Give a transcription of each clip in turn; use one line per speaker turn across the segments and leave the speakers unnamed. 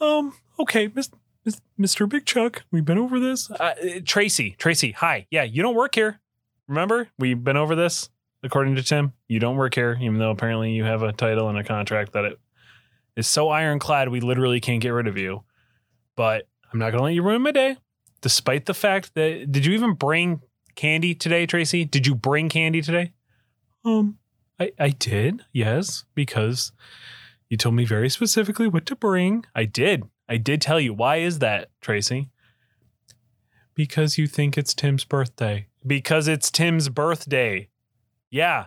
um, okay, Miss, Miss, Mr. Big Chuck, we've been over this. Uh, uh, Tracy, Tracy, hi. Yeah, you don't work here. Remember, we've been over this. According to Tim, you don't work here, even though apparently you have a title and a contract that it is so ironclad we literally can't get rid of you. But I'm not gonna let you ruin my day, despite the fact that did you even bring candy today, Tracy? Did you bring candy today? Um, I I did, yes, because you told me very specifically what to bring. I did. I did tell you. Why is that, Tracy? Because you think it's Tim's birthday. Because it's Tim's birthday. Yeah.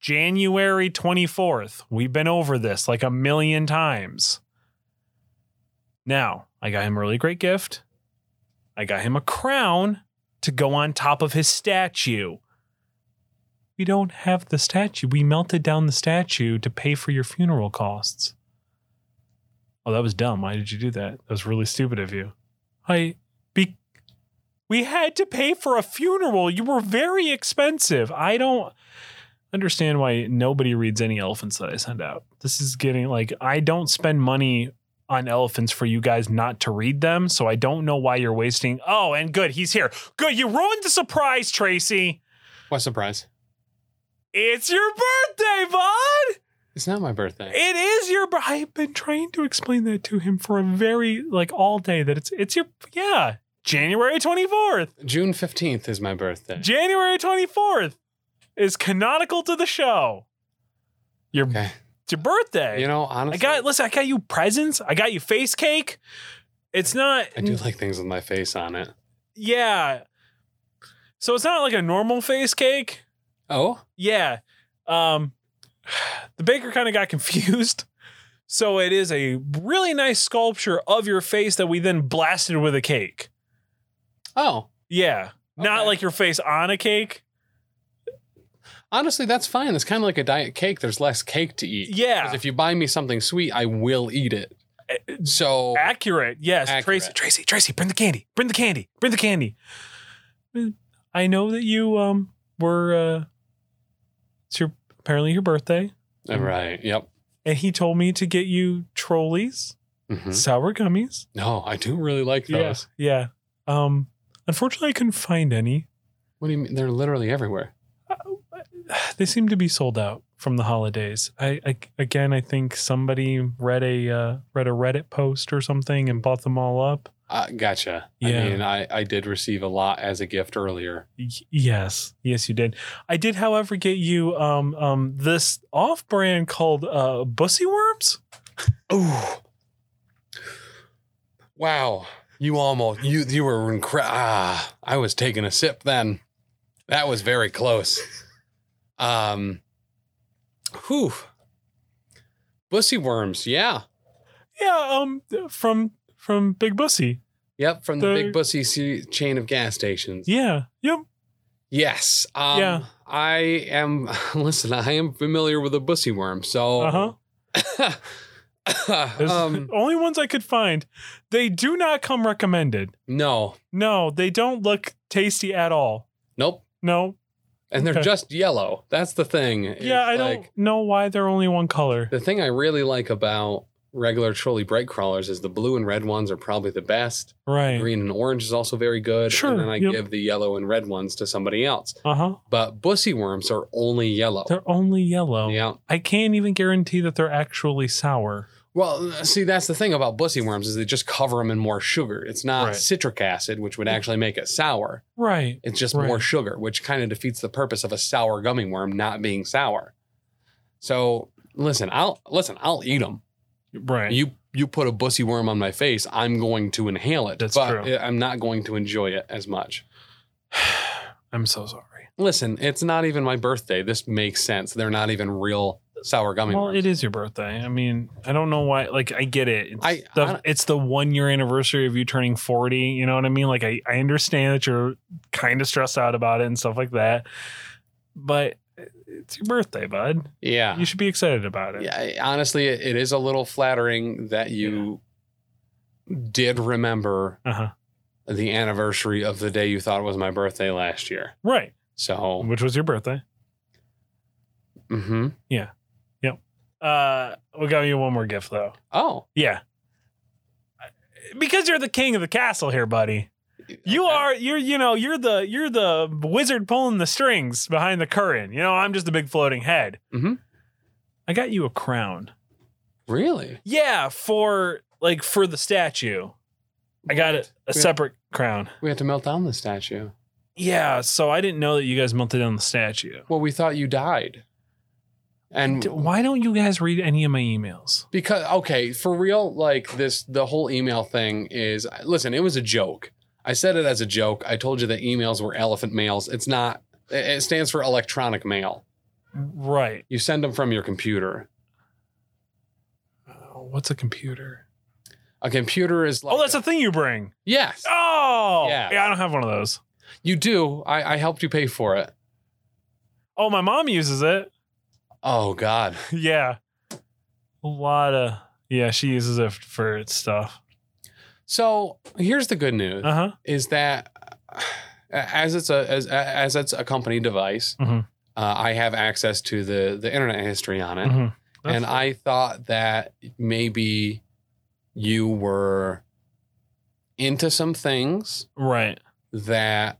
January 24th. We've been over this like a million times. Now, I got him a really great gift. I got him a crown to go on top of his statue. We don't have the statue. We melted down the statue to pay for your funeral costs. Oh, that was dumb. Why did you do that? That was really stupid of you. I be we had to pay for a funeral. You were very expensive. I don't understand why nobody reads any elephants that I send out. This is getting like I don't spend money on elephants for you guys not to read them, so I don't know why you're wasting. Oh, and good, he's here. Good, you ruined the surprise, Tracy.
What surprise?
It's your birthday, bud.
It's not my birthday.
It is your. bir- I've been trying to explain that to him for a very like all day. That it's it's your yeah January twenty fourth.
June 15th is my birthday.
January 24th is canonical to the show. Your
Okay.
it's your birthday.
You know,
I
honestly,
got listen, I got you presents. I got you face cake. It's not
I do like things with my face on it.
yeah. So it's not like a normal face cake.
Oh,
Yeah. Um the baker kind of got confused. So it is a really nice sculpture of your face that we then blasted with a cake.
oh.
Yeah. Not
Okay.
like your face on a cake.
Honestly, that's fine. It's kind of like a diet cake. There's less cake to eat.
Yeah. Eh,
'Cause If you buy me something sweet, I will eat it. So
accurate. Yes, Tracy,
Accurate.
Tracy, Tracy, bring the candy, bring the candy, bring the candy. I know that you um were uh, it's your apparently your birthday,
All right. Yep.
and he told me to get you trolleys,
Mhm.
sour gummies.
No, I do really like those.
Yes, yeah. Um, unfortunately, I couldn't find any.
What do you mean? They're literally everywhere.
They seem to be sold out from the holidays. I, I again, I think somebody read a uh, read a Reddit post or something and bought them all up.
Uh, gotcha.
Yeah.
I mean, I, I did receive a lot as a gift earlier.
Y- Yes, yes, you did. I did, however, get you um um this off-brand called uh Bussy Worms.
Oh, wow! You almost you you were incre- ah. I was taking a sip then. That was very close. Um, whew. Bussy worms, yeah,
Yeah, um, from from Big Bussy.
yep, from the,
The-
big Bussy C- chain of gas stations.
Yeah, yep.
Yes, um,
Yeah.
I am. Listen, I am familiar with a bussy worm, so.
Uh huh.
um,
only ones I could find. They do not come recommended.
no,
No, they don't look tasty at all.
nope,
No.
and they're
Okay.
just yellow. That's the thing.
Yeah, I
It's
don't
like-
know why they're only one color.
The thing I really like about regular trolley brake crawlers is the blue and red ones are probably the best.
Right.
Green and orange is also very good.
Sure,
And then I
yep.
give the yellow and red ones to somebody else.
Uh huh.
But bussy worms are only yellow.
They're oh. only yellow.
Yeah.
I can't even guarantee that they're actually sour.
Well, see, that's the thing about bussy worms is they just cover them in more sugar. It's not
Right.
citric acid, which would actually make it sour.
Right.
It's just
Right.
more sugar, which kind of defeats the purpose of a sour gummy worm not being sour. So listen, I'll listen. I'll eat them.
Right.
you you put a bussy worm on my face, I'm going to inhale it.
That's
but
true.
I'm not going to enjoy it as much.
I'm so sorry.
Listen, it's not even my birthday. This makes sense. They're not even real sour gummy
well,
worms.
it is your birthday. I mean, I don't know why. Like, I get it. It's
I-
the
I-
it's the one year anniversary of you turning forty. You know what I mean? Like, I I understand that you're kind of stressed out about it and stuff like that, but it's your birthday, bud.
yeah.
You should be excited about it.
yeah. I- Honestly, it, it is a little flattering that you did remember
Uh huh.
the anniversary of the day you thought was my birthday last year.
Right.
So, mm-hmm.
Which was your birthday.
mhm.
Uh, we got you one more gift though.
oh,
Yeah. because you're the king of the castle here, buddy. You are you're you know you're the you're the wizard pulling the strings behind the curtain. You know I'm just a big floating head.
Mhm.
I got you a crown.
Really?
Yeah, for like for the statue, I got a, a
Yeah.
separate crown.
We had to melt down the statue.
Yeah, so I didn't know that you guys melted down the statue.
Well, we thought you died. And
D- Why don't you guys read any of my emails?
because okay for real like this the whole email thing is listen it was a joke i said it as a joke i told you that emails were elephant mails it's not it- it stands for electronic mail
Right.
you send them from your computer
Uh, what's a computer?
a computer is like
Oh, that's a thing you bring.
yes
Oh,
Yeah.
I don't have one of those.
you do I, I helped you pay for it
Oh, my mom uses it.
oh god
yeah. A lot of yeah, she uses it for its stuff.
so here's the good news
Uh huh.
is that uh, as it's a as, as it's a company device
Mhm.
uh, i have access to the the internet history on it
hmm That's
and I thought that maybe you were into some things
Right.
that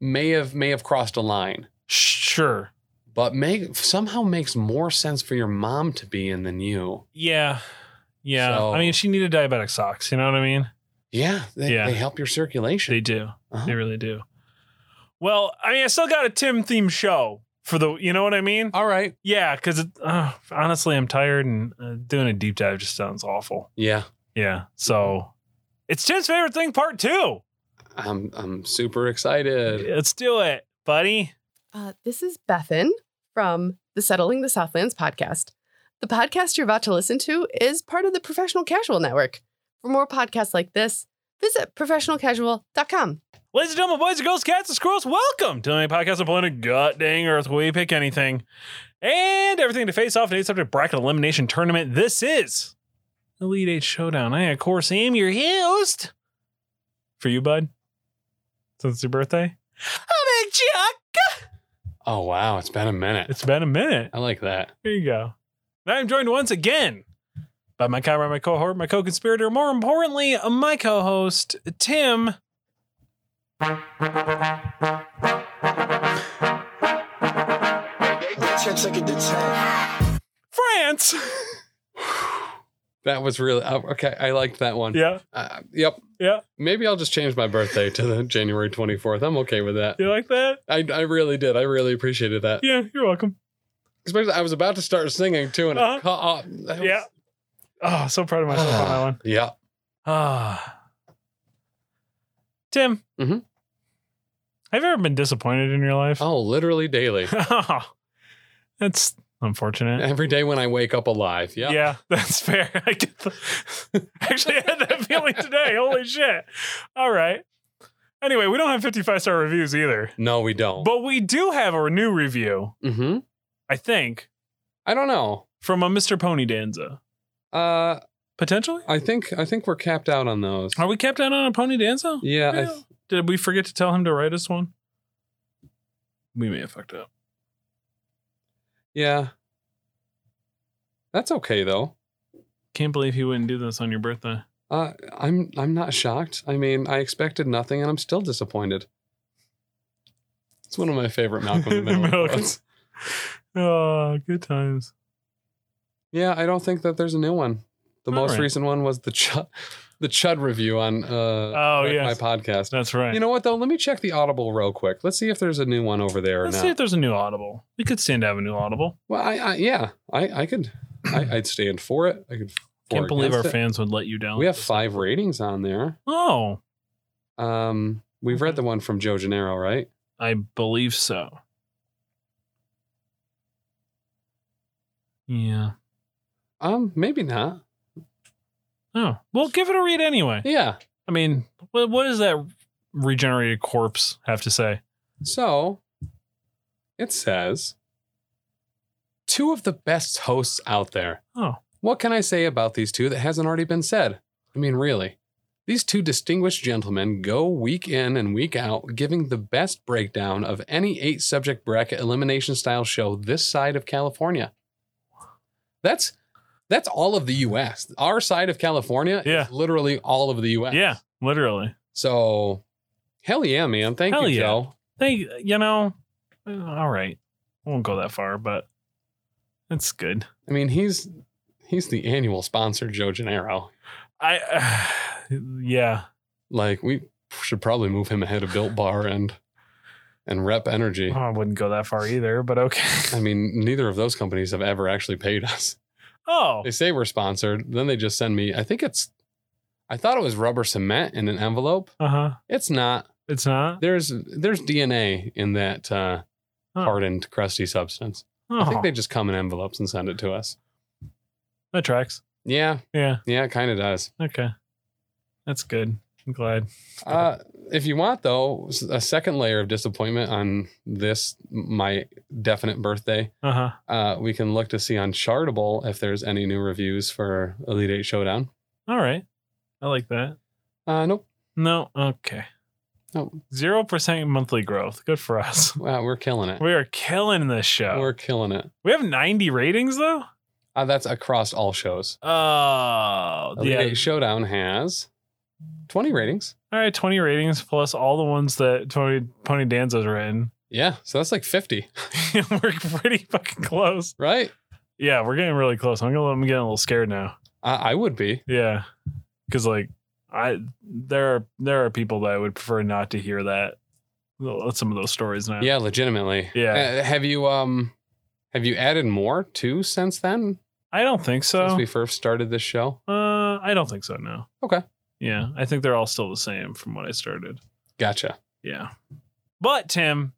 may have may have crossed a line,
Sure.
but make somehow makes more sense for your mom to be in than you.
Yeah. Yeah.
So-
I mean, she needed diabetic socks. You know what I mean?
Yeah, they,
Yeah.
they help your circulation.
They do.
Uh-huh.
They really do. Well, I mean, I still got a Tim theme show for the. You know what I mean?
All right.
Yeah, because uh, honestly, I'm tired and uh, doing a deep dive just sounds awful.
Yeah,
Yeah.
Mm-hmm.
So it's Tim's favorite thing, part two.
I'm I'm super excited.
Let's do it, buddy.
Uh, this is Bethan from the Settling the Southlands podcast. The podcast you're about to listen to is part of the Professional Casual Network. For more podcasts like this, visit professionalcasual.com.
Ladies and gentlemen, boys and girls, cats and squirrels, welcome to my podcast on planet God dang Earth. We pick anything and everything to face off in a subject bracket elimination tournament. This is Elite Eight Showdown. I, of course, am your host. For you, bud, since it's your birthday, I'm Chuck.
Oh wow, it's been a minute.
It's been a minute.
I like that.
There you go. And I'm joined once again by my comrade, my cohort, my co-conspirator, more importantly, my co-host, Tim. France.
That was really oh, okay. I liked that one.
yeah.
Uh, yep.
Yeah.
Maybe I'll just change my birthday to the January 24th. I'm okay with that.
You like that?
I, I really did. I really appreciated that.
Yeah, you're welcome.
Especially I was about to start singing too, and I
Uh-huh.
cut off. That was-
Yeah. Oh, so proud of myself on that one.
Yeah.
Ah. Tim.
Mhm.
Have you ever been disappointed in your life?
Oh, literally daily. Oh.
that's unfortunate.
Every day when I wake up alive. Yeah.
Yeah, that's fair. I get the, actually I had that feeling today. Holy shit. All right. Anyway, we don't have 55 star reviews either.
No, we don't.
But we do have a new review,
hmm
I think,
I don't know.
from a Mr. Pony Danza.
Uh,
Potentially?
I think I think we're capped out on those.
Are we kept out on a Pony Danza?
Yeah. I th-
Did we forget to tell him to write us one? We may have fucked up.
yeah. That's okay though.
Can't believe he wouldn't do this on your birthday.
Uh, I'm I'm not shocked. I mean, I expected nothing, and I'm still disappointed. It's one of my favorite Malcolm in the Middle
Malcolm.
quotes.
Oh, good times.
Yeah, I don't think that there's a new one. The
All
most
right.
recent one was the chud, the chud review on uh, my,
Oh, yes.
my podcast.
That's right.
You know what though? Let me check the Audible real quick. Let's see if there's a new one over there
Let's
or
see
not.
if there's a new Audible. We could stand to have a new Audible.
Well, I, I yeah, I I could, I, I'd stand for it. I could. for
Can't believe our
against it.
fans would let you down.
We have five ratings on there.
Oh,
Um, we've read the one from Joe Gennaro, right?
I believe so. Yeah.
Um, maybe not.
Oh, well, give it a read anyway.
Yeah.
I mean, what, what does that regenerated corpse have to say?
So it says two of the best hosts out there.
Oh.
What can I say about these two that hasn't already been said? I mean, really. These two distinguished gentlemen go week in and week out, giving the best breakdown of any eight subject bracket elimination style show this side of California. That's That's all of the U.S. Our side of California
Yeah.
is literally all of the U.S.
Yeah, literally.
So, hell yeah, man. Thank
Hell
you,
yeah.
Joe.
They, you know, uh, all right. I won't go that far, but that's good.
I mean, he's he's the annual sponsor, Joe Gennaro.
I, yeah,
Like, we should probably move him ahead of Built Bar and and Rep Energy.
I wouldn't go that far either, but
I
okay.
mean, neither of those companies have ever actually paid us.
Oh,
They say we're sponsored, then they just send me. I think it's, I thought it was rubber cement in an envelope.
uh huh.
It's not.
It's not.
There's there's DNA in that uh,
Huh.
hardened, crusty substance. I
Oh,
think they just come in envelopes and send it to us.
that tracks.
Yeah,
Yeah.
yeah, it kind of does.
Okay. That's good. I'm glad.
Uh, if you want, though, s- a second layer of disappointment on this my definite birthday,
Uh huh.
uh, we can look to see on Chartable if there's any new reviews for Elite Eight Showdown.
All right. I like that.
Uh, nope.
No. Okay.
Nope.
Zero percent monthly growth. Good for us.
Wow, Uh, we're killing it.
We are killing this show.
We're killing it.
we have 90 ratings though.
Uh, that's across all shows.
Oh,
Elite
yeah.
Eight Showdown has 20 ratings.
All right. 20 ratings plus all the ones that Tony Pony Danza's written.
Yeah, so that's like 50,
we're pretty fucking close.
right?
Yeah, we're getting really close. I'm gonna. I'm getting a little scared now.
I, I would be.
Yeah, because like I there are there are people that I would prefer not to hear that well, some of those stories now.
Yeah, legitimately.
Yeah.
Uh, have you um, have you added more too since then?
I don't think so.
Since we first started this show.
uh, I don't think so. No.
Okay.
Yeah, I think they're all still the same from when I started.
Gotcha.
Yeah, but Tim.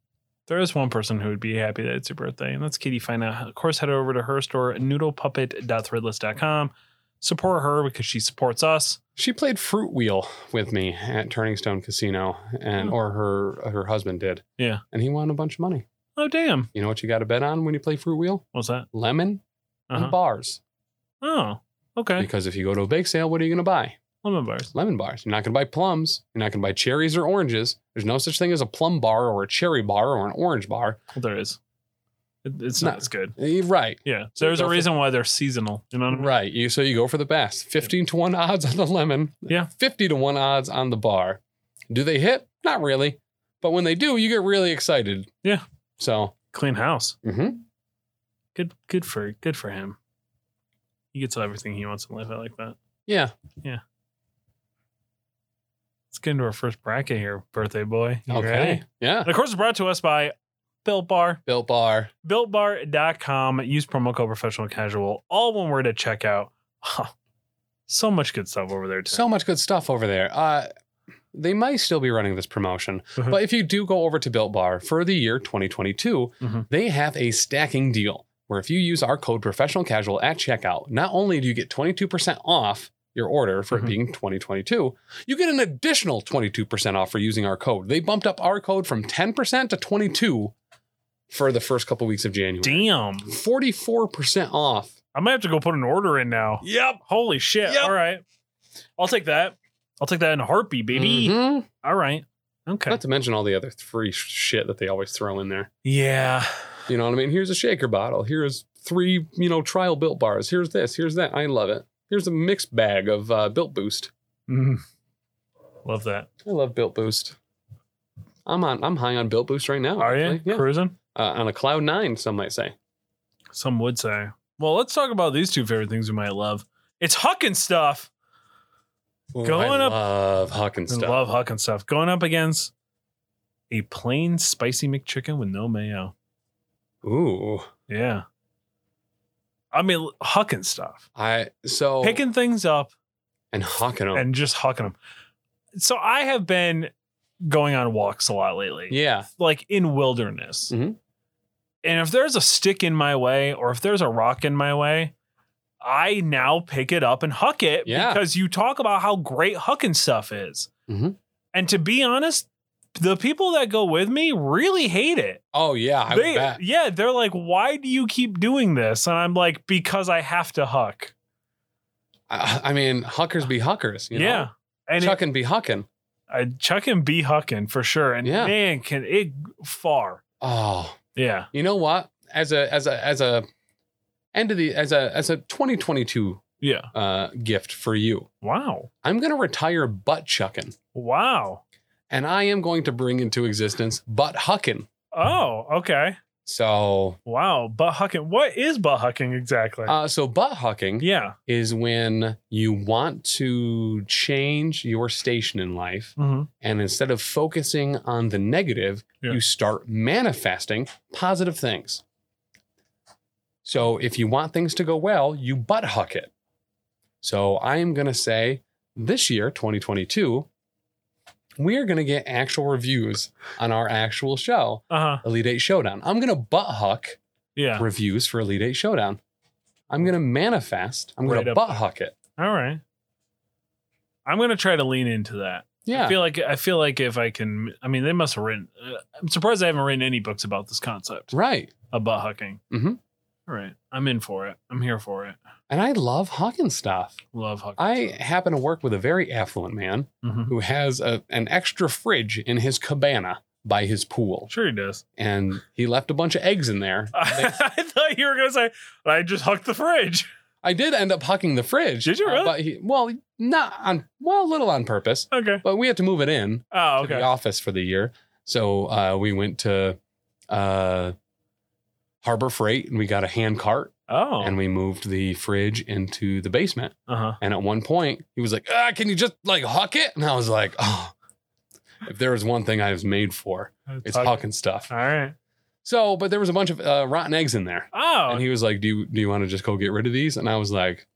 There is one person who would be happy that it's your birthday, and that's Katie Fina. Of course, head over to her store, noodlepuppet.threadless.com. Support her because she supports us.
She played Fruit Wheel with me at Turning Stone Casino, and
Hmm.
or her her husband did.
Yeah.
And he won a bunch of money.
Oh, damn.
You know what you got to bet on when you play Fruit Wheel?
What's that?
Lemon
Uh-huh.
and bars.
Oh, okay.
Mm-hmm. Because if you go to a bake sale, what are you going to buy?
Lemon bars.
lemon bars. You're not going to buy plums. You're not going to buy cherries or oranges. There's no such thing as a plum bar or a cherry bar or an orange bar.
Well, there is. It, it's
No.
not as good.
Eh, Right.
Yeah. So there's
Go
a
for-
reason why they're seasonal. You know what I mean?
Right. You so you go for the best. 15 to 1 odds on the lemon.
Yeah.
50 to 1 odds on the bar. Do they hit? Not really. But when they do, you get really excited.
Yeah.
So,
Clean house.
mhm.
Good. Good for. Good for him. He gets everything he wants in life. I like that.
yeah.
Let's get into our first bracket here, birthday boy. You
Okay.
ready?
Yeah.
And of course, it's brought to us by Built Bar.
Built bar.
BuiltBar.com. Use promo code Professional Casual. All one word at checkout. Huh. So much good stuff over there. Tim.
So much good stuff over there. Uh, they might still be running this promotion,
Uh-huh.
but if you do go over to Built Bar for the year 2022,
Mhm.
they have a stacking deal where if you use our code Professional Casual at checkout, not only do you get 22% off your order for
Mhm.
it being 2022, you get an additional 22% off for using our code. They bumped up our code from 10% to 22 for the first couple weeks of January.
Damn.
44% off.
I might have to go put an order in now.
Yep.
Holy shit.
Yep.
All right. I'll take that. I'll take that in a heartbeat, baby. All right. Okay.
Mm-hmm. Not to mention all the other free sh- shit that they always throw in there.
yeah.
You know what I mean? Here's a shaker bottle. Here's three, you know, trial built bars. Here's this. Here's that. I love it. Here's a mixed bag of uh, built boost.
Mm. Love that.
I love built boost. I'm on. I'm high on built boost right now.
Are you
actually. Yeah.
cruising?
Uh, on a cloud nine, some might say.
Some would say. Well, let's talk about these two favorite things we might love. It's hucking stuff. Going
I
up-
Love hucking
I
stuff.
love hucking stuff. Going up against a plain spicy McChicken with no mayo.
Ooh.
Yeah. I mean, hucking stuff.
I so
Picking things up
and hucking them.
and just hucking them. So I have been going on walks a lot lately.
yeah.
like in wilderness.
Mhm.
And if there's a stick in my way or if there's a rock in my way, I now pick it up and huck it
Yeah.
because you talk about how great hucking stuff is.
Mhm.
And to be honest, the people that go with me really hate it.
Oh yeah. I
They-
bet.
yeah, they're like, why do you keep doing this? And I'm like, because I have to huck.
I, I mean, huckers be huckers. You
yeah.
Know?
And it-
Chucking be hucking.
I chuck and be hucking for sure. And
Yeah.
man, can it far.
Oh.
Yeah.
You know what? As a as a as a end of the as a as a 2022
Yeah.
uh, gift for you.
Wow.
I'm gonna retire butt chucking,
Wow.
and I am going to bring into existence butt hucking.
Oh, okay.
So,
Wow. Butt hucking. What is butt hucking exactly?
uh, so butt hucking
yeah.
is when you want to change your station in life,
hmm
and instead of focusing on the negative,
Yeah.
you start manifesting positive things. So, if you want things to go well, you butt huck it. So, I am going to say this year, 2022, we are going to get actual reviews on our actual show,
Uh huh.
Elite Eight Showdown. I'm going to butt huck
Yeah.
reviews for Elite Eight Showdown. I'm going to manifest. I'm going
Right
to
up
butt
there.
huck it.
All right. I'm gonna try to lean into that. I
Yeah.
feel like I feel like if I can, I mean, they must have written. Uh, I'm surprised I haven't written any books about this concept
Right.
of butt hucking.
Mhm.
All right, I'm in for it. I'm here for it.
And I love hucking stuff.
Love hucking.
I happen to work with a very affluent man
Mhm.
who has a, an extra fridge in his cabana by his pool,
Sure, he does.
and he left a bunch of eggs in there.
I, thought you were gonna say I just hucked the fridge.
I did end up hucking the fridge.
Did you
uh,
really?
But he, well, not on well, a little on purpose.
Okay.
But we had to move it in
Oh,
to the
okay.
office for the year, so uh, we went to uh, Harbor Freight and we got a hand cart
Oh.
and we moved the fridge into the basement.
uh huh.
And at one point, he was like, ah, "Can you just like huck it?" And I was like, "Oh, if there was one thing I was made for, it's hucking stuff."
All right.
So, but there was a bunch of uh, rotten eggs in there,
Oh.
and he was like, "Do you do you want to just go get rid of these?" And I was like,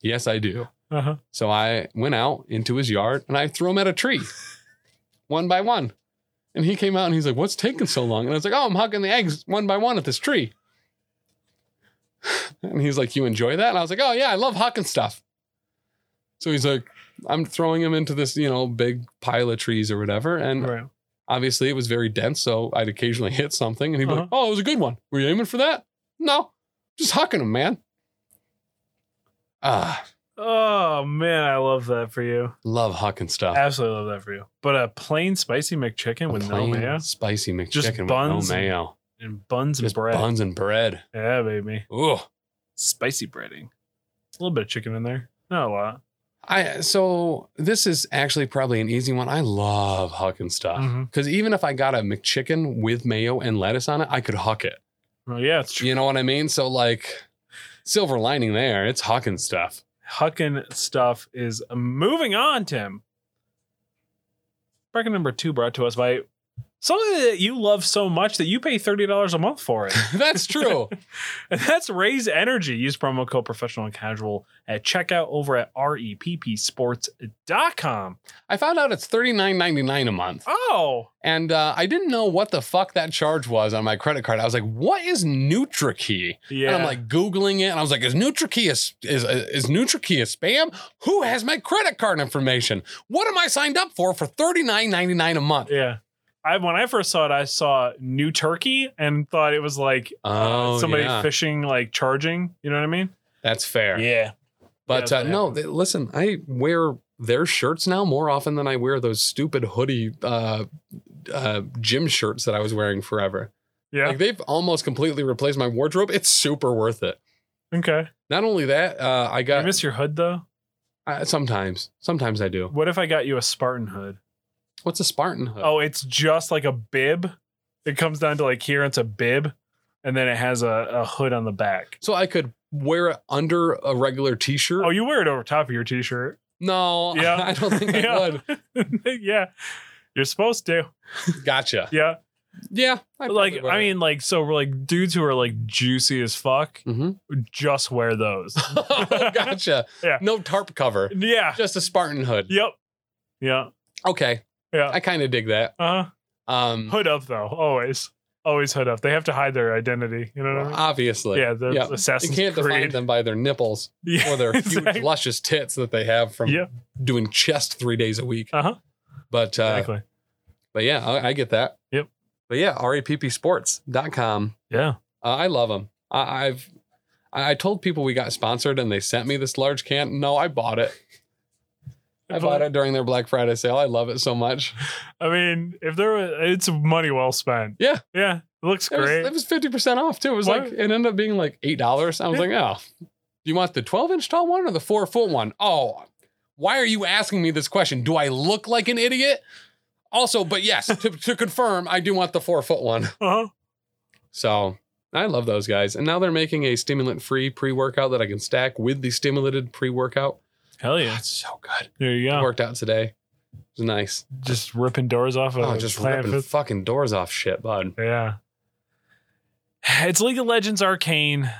"Yes, I do."
uh-huh.
So I went out into his yard and I threw them at a tree, one by one. And he came out and he's like, "What's taking so long?" And I was like, "Oh, I'm hugging the eggs one by one at this tree." And he's like, "You enjoy that?" And I was like, "Oh yeah, I love hucking stuff." So he's like, "I'm throwing them into this, you know, big pile of trees or whatever." And
Right.
obviously it was very dense, so I'd occasionally hit something and he'd be
Uh-huh.
like, Oh, it was a good one. Were you aiming for that? No. Just hucking him, man. Ah,
Oh man, I love that for you.
love hucking stuff.
Absolutely love that for you. But a plain spicy McChicken
A
with
plain
no mayo
Spicy McChicken
Just
with
buns
no
and
mayo.
and buns and
Just
bread.
buns and bread.
Yeah, baby.
Ooh.
Spicy breading. A little bit of chicken in there. Not a lot.
I so this is actually probably an easy one. I love hucking stuff.
Mhm.
Because even if I got a McChicken with mayo and lettuce on it, I could huck it.
Well, Oh, yeah, it's true.
You know what I mean? So like silver lining there, it's hucking stuff.
Huckin stuff is moving on, Tim. Bracket number two brought to us by something that you love so much that you pay $30 a month for it.
That's true.
and that's Raise Energy. Use promo code professional and casual at checkout over at E reppsports.com.
I found out it's thirty nine ninety nine a month,
Oh,
and uh, I didn't know what the fuck that charge was on my credit card. I was like, "What is NutriKey?"
yeah.
And I'm like googling it, and I was like, "Is NutriKey a, is uh, is NutriKey a spam? Who has my credit card information? What am I signed up for for thirty nine ninety nine a month?"
yeah. I, when I first saw it, I saw New Turkey and thought it was like uh,
Oh,
somebody
yeah.
fishing, like charging. You know what I mean?
that's fair.
Yeah.
But
Yeah,
uh,
that
no, they, listen, I wear their shirts now more often than I wear those stupid hoodie uh, uh, gym shirts that I was wearing forever.
Yeah.
Like they've almost completely replaced my wardrobe. It's super worth it.
okay.
Not only that, uh, I
you
got
miss your hood though?
I, sometimes, sometimes I do.
What if I got you a Spartan hood?
What's a Spartan hood?
Oh, it's just like a bib. It comes down to like here, it's a bib, and then it has a, a hood on the back.
So I could wear it under a regular t-shirt.
Oh, you wear it over top of your t shirt.
no,
Yeah.
I don't think I
Yeah.
would.
yeah. You're supposed to.
Gotcha.
Yeah.
Yeah, I
like, I mean, like, so we're like dudes who are like juicy as fuck,
hmm
just wear those.
Mm-hmm. gotcha.
Yeah.
No tarp cover,
yeah.
just a Spartan hood.
Yep. Yeah.
Okay,
Yeah.
I kind of dig that.
Uh huh.
Um,
Hood up though, always. Always hood up. They have to hide their identity. You know what I mean?
obviously,
uh, yeah, the
yeah. You
Assassin's
can't define
Creed.
them by their nipples
Yeah,
or their
exactly.
huge, luscious tits that they have from
Yeah.
doing chest three days a week.
Uh-huh.
But uh,
Exactly.
But yeah, I, I get that.
Yep.
But yeah, reppsports.com.
Yeah.
Uh, I love them. I, I've I I told people we got sponsored and they sent me this large can. No, I bought it. I bought it during their Black Friday sale. I love it so much.
I mean, if there was, it's money well spent.
Yeah.
Yeah. It looks
It was,
great.
it was 50% off too. It was like,
What?
it ended up being like $8. I was like, oh, do you want the 12 inch tall one or the four foot one? Oh, why are you asking me this question? Do I look like an idiot? Also, but yes, to, to confirm, I do want the four foot one.
uh-huh.
So I love those guys. And now they're making a stimulant free pre workout that I can stack with the stimulated pre workout.
Hell yeah.
That's so good.
There you go.
Worked out today. It was nice.
Just ripping doors off of
Oh, just
Planet
ripping
Fitz-
fucking doors off shit, bud.
Yeah. It's League of Legends Arcane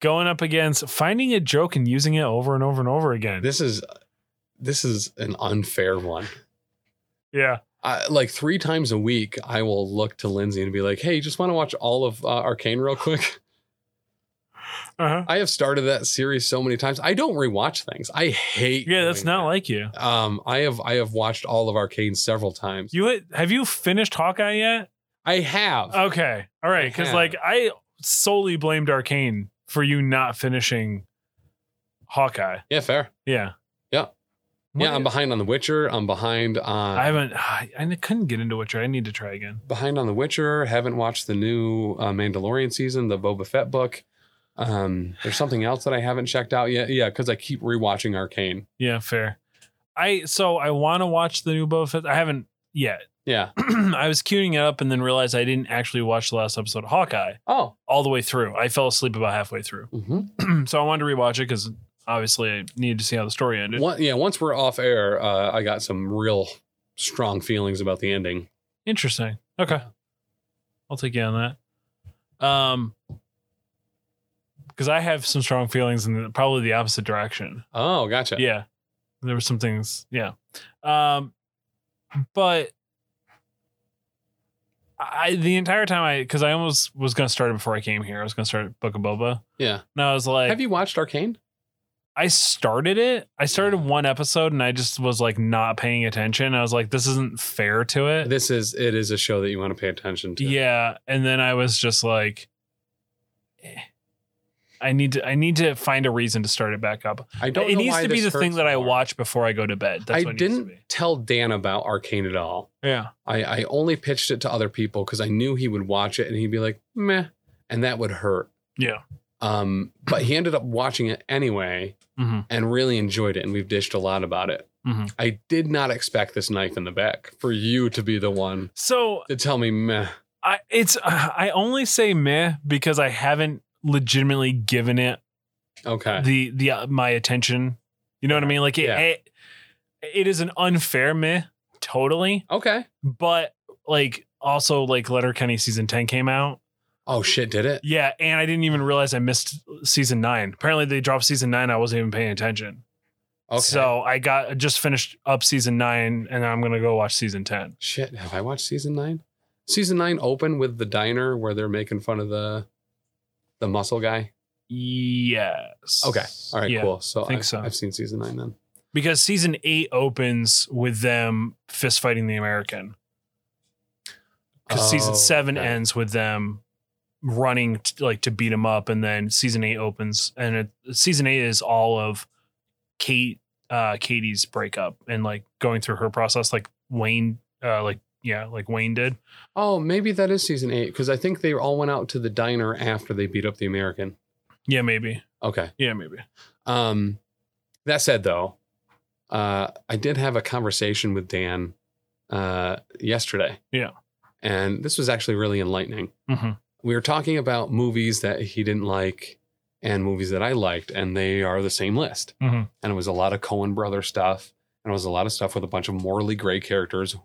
going up against finding a joke and using it over and over and over again.
This is this is an unfair one.
yeah.
I, like three times a week, I will look to Lindsay and be like, "Hey, you just want to watch all of uh, Arcane real quick?"
Uh-huh.
I have started that series so many times. I don't rewatch things. I hate.
Yeah, that's
doing
not like you.
that. Um, I have I have watched all of Arcane several times.
You had- have you finished Hawkeye yet?
I have.
Uh, Okay. All right, cuz
Yeah.
like I solely blamed Arcane for you not finishing Hawkeye.
yeah, fair.
Yeah.
Yeah.
What
yeah, I'm
is-
behind on The Witcher. I'm behind on.
I haven't I couldn't get into Witcher. I need to try again.
behind on The Witcher. Haven't watched the new uh, Mandalorian season, the Boba Fett book. Um, there's something else that I haven't checked out yet. Yeah, because I keep rewatching Arcane.
Yeah, fair. I so I want to watch the new Boba Fett. I haven't yet.
Yeah.
I was queuing it up and then realized I didn't actually watch the last episode of Hawkeye
Oh.
all the way through. I fell asleep about halfway through.
hmm
so I wanted to rewatch it because obviously I needed to see how the story ended.
One, yeah. Once we're off air, uh, I got some real strong feelings about the ending.
Interesting. Okay. I'll take you on that. Um because I have some strong feelings in the, probably the opposite direction.
Oh, gotcha.
Yeah. There were some things, yeah. Um but I the entire time I cuz I almost was going to start it before I came here. I was going to start Book of Boba.
Yeah.
And I was like
Have you watched Arcane?
I started it. I started one episode and I just was like not paying attention. I was like this isn't fair to it.
This is it is a show that you want to pay attention to.
Yeah, and then I was just like eh, I need to I need to find a reason to start it back up.
I don't.
it
know
needs
why
to be
this
the thing
hurts
that I
more.
watch before I go to bed. That's
I
what it needs to
didn't tell Dan about Arcane at all.
be. Yeah.
I, I only pitched it to other people because I knew he would watch it and he'd be like, meh, and that would hurt.
Yeah.
Um, but he ended up watching it anyway
Mhm.
and really enjoyed it. And we've dished a lot about it.
Mhm.
I did not expect this knife in the back for you to be the one
So
to tell me, meh.
I it's I only say meh because I haven't legitimately given it
Okay.
the the uh, my attention. You know what I mean? Like it,
Yeah.
it it is an unfair meh, totally.
okay.
But like also like Letterkenny season ten came out.
Oh, shit, did it?
Yeah, and I didn't even realize I missed season nine. Apparently they dropped season nine. I wasn't even paying attention.
Okay.
So I got I just finished up season nine, and I'm gonna go watch season ten.
shit, have I watched season nine? Season nine open with the diner where they're making fun of the the muscle guy.
Yes.
Okay. All right,
Yeah.
cool. So,
think
I've,
so.
I've seen season nine then.
because season eight opens with them fist fighting the American. Because season
Oh,
seven
okay.
ends with them running t- like to beat him up, and then season eight opens, and it, season eight is all of Kate, uh, Katie's breakup and like going through her process, like Wayne, uh, like yeah, like Wayne did.
Oh, maybe that is season eight because I think they all went out to the diner after they beat up the American.
Yeah, maybe.
Okay.
Yeah, maybe.
Um, that said, though, uh, I did have a conversation with Dan uh, yesterday.
Yeah.
And this was actually really enlightening.
hmm
We were talking about movies that he didn't like and movies that I liked, and they are the same list.
Mhm.
And it was a lot of Cohen brother stuff, and it was a lot of stuff with a bunch of morally gray characters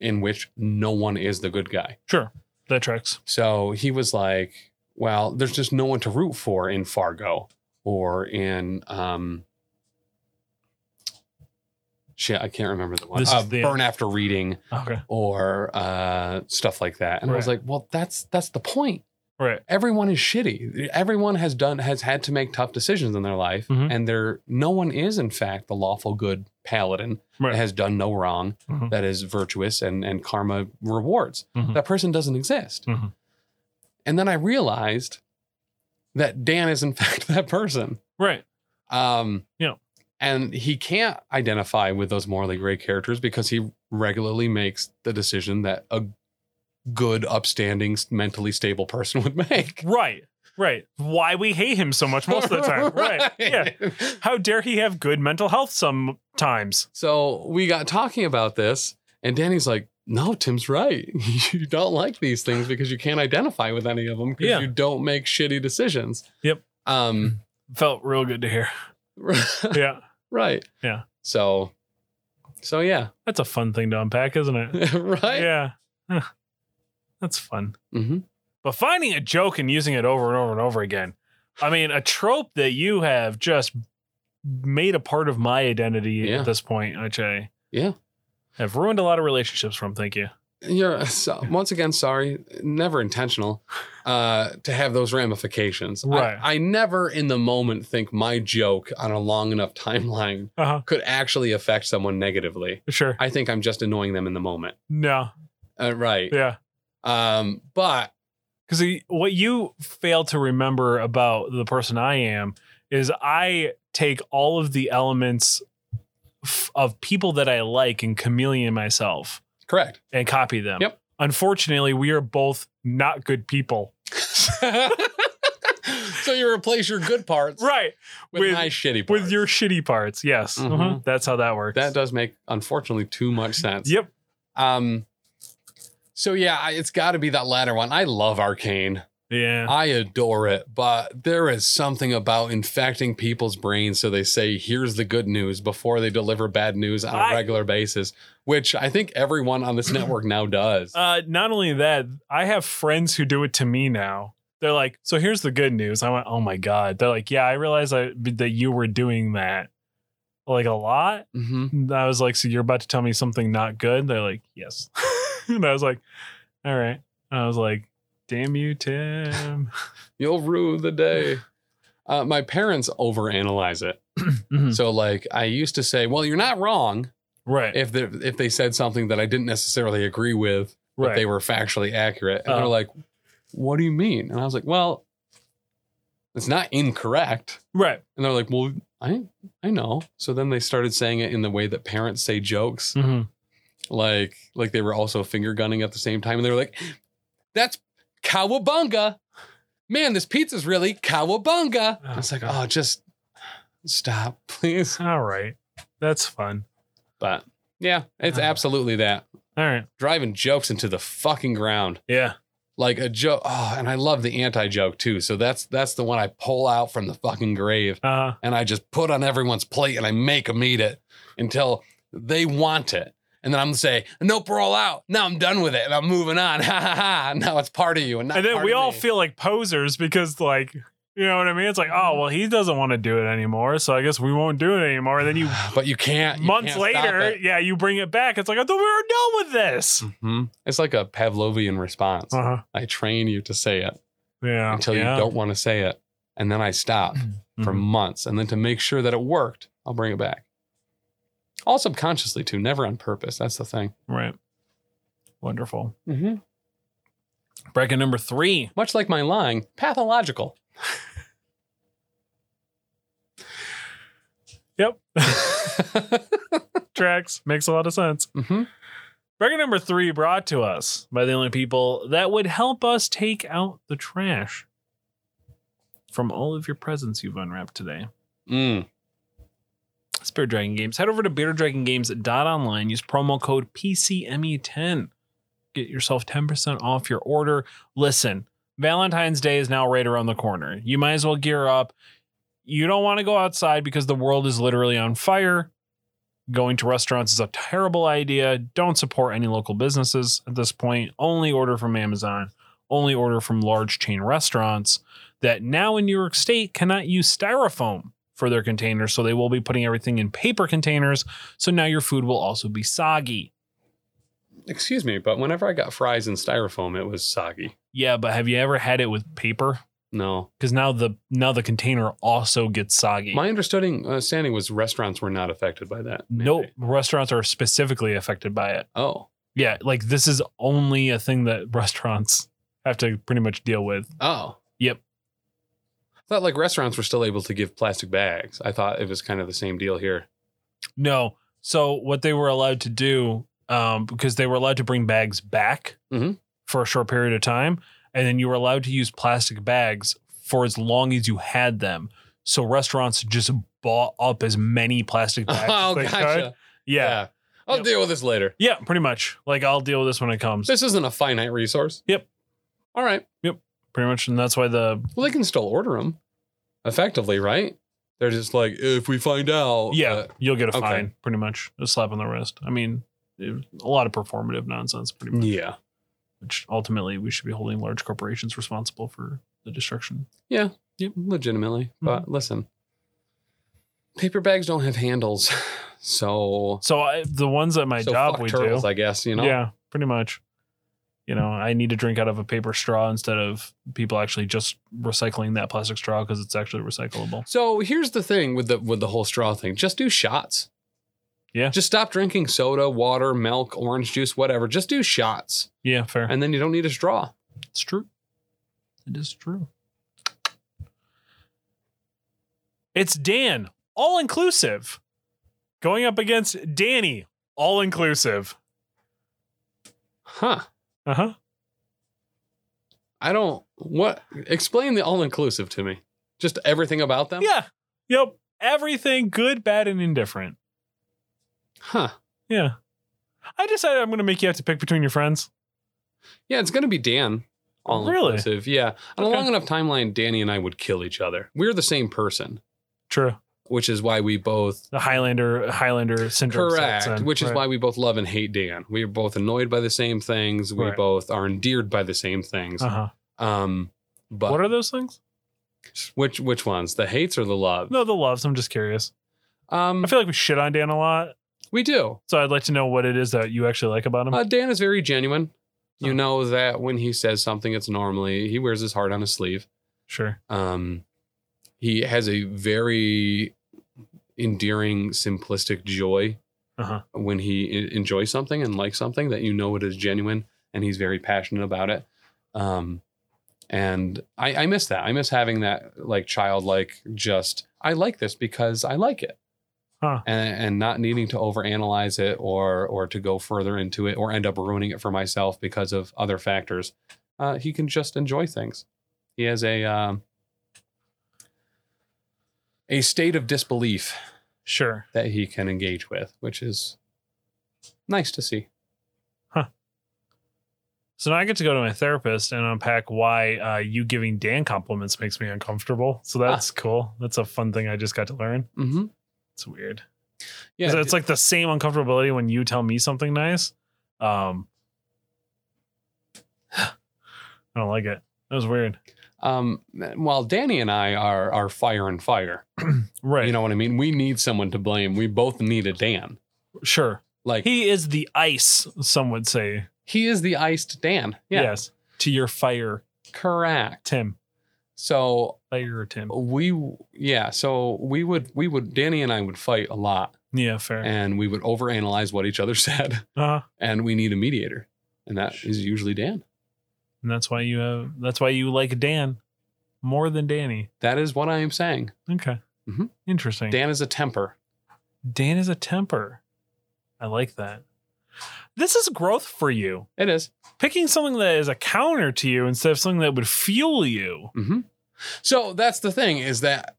in which no one is the good guy.
Sure, that tracks.
So he was like, well, there's just no one to root for in Fargo or in um shit, I can't remember the one.
This is
Uh,
the-
Burn after reading
Okay,
or uh stuff like that. And I was
Right.
like, well, that's that's the point.
right.
Everyone is shitty. Everyone has done has had to make tough decisions in their life
Mhm.
and there no one is in fact the lawful good paladin
Right.
that has done no wrong,
Mhm.
that is virtuous and and karma rewards.
Mhm.
That person doesn't exist.
Mhm.
And then I realized that Dan is in fact that person.
Right.
Um,
Yeah.
And he can't identify with those morally gray characters because he regularly makes the decision that a good, upstanding, mentally stable person would make.
Right. Right. Why we hate him so much most of the time. Right. Yeah. How dare he have good mental health sometimes?
So we got talking about this, and Danny's like, no, Tim's right. You don't like these things because you can't identify with any of them because
Yeah.
you don't make shitty decisions.
Yep.
Um,
Felt real good to hear. Yeah.
right.
Yeah.
So, so yeah.
That's a fun thing to unpack, isn't it?
right.
Yeah. Huh. That's fun.
Mm-hmm.
But finding a joke and using it over and over and over again. I mean, a trope that you have just made a part of my identity
Yeah.
at this point, which I
Yeah.
have ruined a lot of relationships from. Thank you.
You're so, once again sorry, never intentional, uh, to have those ramifications. I-
Right.
I, never in the moment think my joke on a long enough timeline
Uh huh.
could actually affect someone negatively.
Sure.
I think I'm just annoying them in the moment.
No.
Uh, right.
Yeah.
Um, but
Because what you fail to remember about the person I am is I take all of the elements f- of people that I like and chameleon myself
correct.
and copy them.
Yep.
Unfortunately, we are both not good people.
so you replace your good parts
Right.
with,
with-
my shitty parts.
With your shitty parts. Yes.
Mhm.
Uh-huh. That's how that works.
that does make unfortunately too much sense.
Yep.
Um. So yeah, I, it's got to be that latter one. I love Arcane.
Yeah.
I adore it, but there is something about infecting people's brains so they say, here's the good news before they deliver bad news on a
I-
regular basis, which I think everyone on this network now does.
Uh, not only that, I have friends who do it to me now. They're like, so here's the good news. I went, oh my God. They're like, yeah, I realized I, that you were doing that like a lot.
hmm
And I was like, so you're about to tell me something not good? They're like, yes. and I was like, all right. And I was like, damn you, Tim.
You'll ruin the day. Uh, my parents overanalyze it.
Mhm.
So, like, I used to say, well, you're not wrong
right.
if, they if they said something that I didn't necessarily agree with, but
right.
they were factually accurate. And
Uh.
they're like, what do you mean? And I was like, well, it's not incorrect.
right.
And they're like, "Well, I I know." So then they started saying it in the way that parents say jokes,
hmm
like like they were also finger gunning at the same time, and they were like, "That's cowabunga, man! This pizza's really cowabunga."
Oh,
I was like,
God.
"Oh, just stop, please."
All right. That's fun.
But yeah, it's
Oh.
absolutely that
All right.
driving jokes into the fucking ground.
Yeah.
Like a joke, oh, and I love the anti-joke too. So that's that's the one I pull out from the fucking grave.
Uh,
and I just put on everyone's plate and I make them eat it until they want it. And then I'm gonna say, nope, we're all out. Now I'm done with it and I'm moving on. Ha ha ha. Now it's part of you. And, not
and then
part
we
of
all
me.
feel like posers because, like, you know what I mean? It's like, oh, well, he doesn't want to do it anymore. So I guess we won't do it anymore. And then you,
But you can't. you
months
can't stop
later,
it.
yeah, you bring it back. It's like, I thought we were done with this.
Mhm. It's like a Pavlovian response.
Uh huh.
I train you to say it
Yeah.
until
yeah.
you don't want to say it. And then I stop for
Mhm.
months. And then to make sure that it worked, I'll bring it back. All subconsciously, too, never on purpose. That's the thing.
Right. Wonderful. Bracket number three.
Much like my lying, pathological.
Yep.
Mm-hmm.
Tracks. Makes a lot of sense.
hmm
Bracket number three brought to us by the only people that would help us take out the trash from all of your presents you've unwrapped today.
Mm.
Spirit Dragon Games. Head over to beardeddragongames.online. Use promo code PCME10. E Get yourself 10% off your order. Listen, Valentine's Day is now right around the corner. You might as well gear up. You don't want to go outside because the world is literally on fire. Going to restaurants is a terrible idea. Don't support any local businesses at this point. Only order from Amazon. Only order from large chain restaurants that now in New York State cannot use styrofoam for their containers. So they will be putting everything in paper containers. So now your food will also be soggy.
Excuse me, but whenever I got fries in styrofoam, it was soggy.
Yeah, but have you ever had it with paper?
No,
Because now the now the container also gets soggy.
my understanding uh, standing was restaurants were not affected by that.
no
mandate.
restaurants are specifically affected by it.
Oh,
Yeah, like this is only a thing that restaurants have to pretty much deal with.
oh,
Yep.
I thought like restaurants were still able to give plastic bags. I thought it was kind of the same deal here.
No. So what they were allowed to do, um, because they were allowed to bring bags back
Mhm.
for a short period of time, and then you were allowed to use plastic bags for as long as you had them. So restaurants just bought up as many plastic bags.
Oh,
as they could.
gotcha.
Yeah. yeah.
I'll
Yep.
deal with this later.
pretty much. Like I'll deal with this when it comes.
This isn't a finite resource.
Yep.
All right.
Pretty much, and that's why the
Well, they can still order them effectively, right? They're just like, if we find out.
yeah,
uh,
you'll get a
okay.
fine. Pretty much, a slap on the wrist. I mean, it- a lot of performative nonsense. Pretty much,
yeah.
which ultimately we should be holding large corporations responsible for the destruction.
Yep. Legitimately.
Hmm.
But listen, paper bags don't have handles. So,
So I, the ones at my
so
job
fuck
we
turtles,
do,
I guess, you know?
yeah, pretty much. You know, I need to drink out of a paper straw instead of people actually just recycling that plastic straw because it's actually recyclable.
So here's the thing with the with the whole straw thing. Just do shots.
Yeah.
Just stop drinking soda, water, milk, orange juice, whatever. Just do shots.
Yeah, fair.
And then you don't need a straw.
It's true. It is true. It's Dan, all inclusive, going up against Danny, all inclusive.
Huh.
Uh huh.
I don't what explain the all inclusive to me. Just everything about them?
Yeah. Yep. Everything good, bad, and indifferent.
Huh.
Yeah. I decided I'm going to make you have to pick between your friends.
Yeah, it's gonna be Dan. All
Really?
inclusive. Yeah. On
Okay.
a long enough timeline, Danny and I would kill each other. We're the same person,
True.
which is why we both
The Highlander Highlander syndrome. sets
Correct.
in.
Which is
Right.
why we both love and hate Dan. We are both annoyed by the same things. We
Right.
both are endeared by the same things.
Uh-huh.
Um, but
What are those things?
which which ones? The hates or the love?
No, the loves. I'm just curious.
Um,
I feel like we shit on Dan a lot,
we do.
so I'd like to know what it is that you actually like about him.
Uh, Dan is very genuine. You
Oh.
know that when he says something, it's normally he wears his heart on his sleeve.
sure.
Um, he has a very endearing, simplistic joy
Uh-huh.
when he en- enjoys something and likes something that you know it is genuine, and he's very passionate about it. Um, and I, I miss that. I miss having that like childlike, just I like this because I like it,
Huh.
and, and not needing to overanalyze it or or to go further into it or end up ruining it for myself because of other factors. Uh, he can just enjoy things. He has a um, a state of disbelief
Sure.
that he can engage with, which is nice to see.
So now I get to go to my therapist and unpack why uh, you giving Dan compliments makes me uncomfortable. So
Ah.
that's cool. That's a fun thing I just got to learn.
Mm-hmm.
It's weird.
Yeah,
'Cause it's like the same uncomfortability when you tell me something nice. Um, I don't like it. That was weird.
um, while Danny and I are are fire and fire,
Right.
you know what I mean. We need someone to blame. We both need a Dan.
sure.
Like he,
He is the ice, some would say.
is the iced Dan. Yeah,
Yes. To your fire,
correct.
Tim.
So
Fire, Tim.
we yeah, so we would we would Danny and I would fight a lot,
Yeah, fair.
and we would overanalyze what each other said,
Uh,
and we need a mediator, and that is usually Dan.
and that's why you have. That's why you like Dan more than Danny.
That is what I am saying.
Okay.
Mhm.
Interesting. Dan-,
Dan is a temper.
is a temper. I like that. This is growth for you.
It is.
Picking something that is a counter to you instead of something that would fuel you.
hmm So that's the thing is that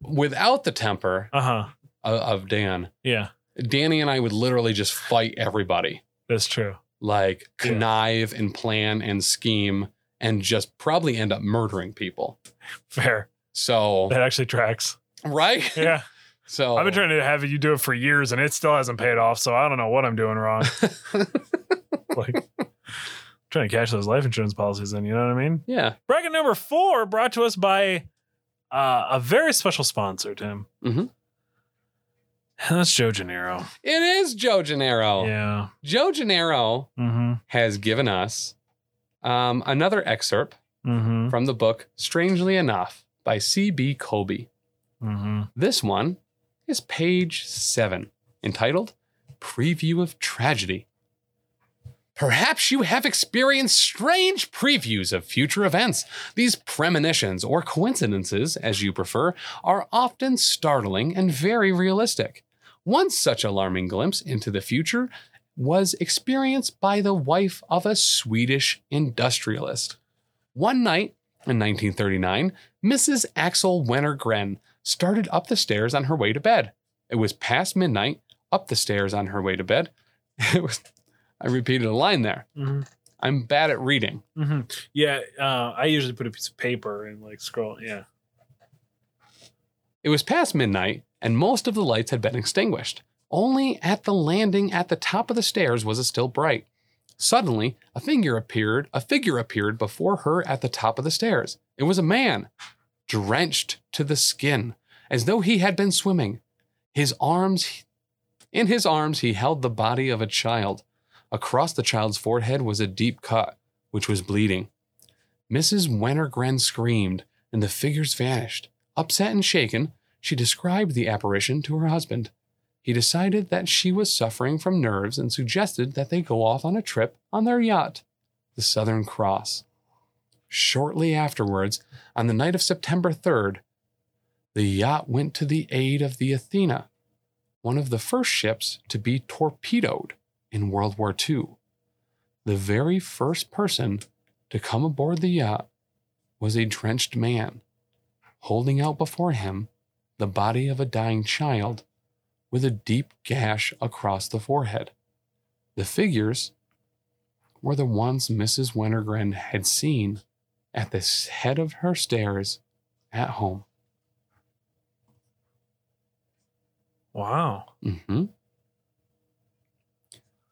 without the temper
Uh huh.
of, of Dan,
Yeah,
Danny and I would literally just fight everybody,
that's true.
like
Yeah.
connive and plan and scheme and just probably end up murdering people.
Fair.
So,
That actually tracks.
right?
Yeah.
So,
I've been trying to have you do it for years and it still hasn't paid off. So I don't know what I'm doing wrong. like, trying to cash those life insurance policies in. You know what I mean?
yeah.
Bracket number four brought to us by uh, a very special sponsor, Tim.
Mhm.
And that's Joe Gennaro.
It is Joe Gennaro.
Yeah.
Joe Gennaro
Mm-hmm.
has given us um, another excerpt
Mm-hmm.
from the book, Strangely Enough, by C.B. Colby.
Mm-hmm.
This one is page seven, entitled Preview of Tragedy. Perhaps you have experienced strange previews of future events. These premonitions, or coincidences, as you prefer, are often startling and very realistic. One such alarming glimpse into the future was experienced by the wife of a Swedish industrialist. One night in 1939, Mrs. Axel Wennergren started up the stairs on her way to bed. It was past midnight, up the stairs on her way to bed. It was, I repeated a line there.
Mm-hmm.
I'm bad at reading.
Mm-hmm. Yeah, uh, I usually put a piece of paper and like scroll. Yeah.
It was past midnight, and most of the lights had been extinguished. Only at the landing at the top of the stairs was it still bright. Suddenly, a figure appeared, a figure appeared before her at the top of the stairs. It was a man, drenched to the skin, as though he had been swimming. His arms in his arms he held the body of a child. Across the child's forehead was a deep cut, which was bleeding. Mrs. Wennergren screamed, and the figures vanished. Upset and shaken, she described the apparition to her husband. He decided that she was suffering from nerves and suggested that they go off on a trip on their yacht, the Southern Cross. Shortly afterwards, on the night of September 3rd, the yacht went to the aid of the Athena, one of the first ships to be torpedoed in World War II. The very first person to come aboard the yacht was a drenched man, holding out before him the body of a dying child with a deep gash across the forehead. The figures were the ones Mrs. Wintergren had seen at the s- head of her stairs at home.
Wow.
hmm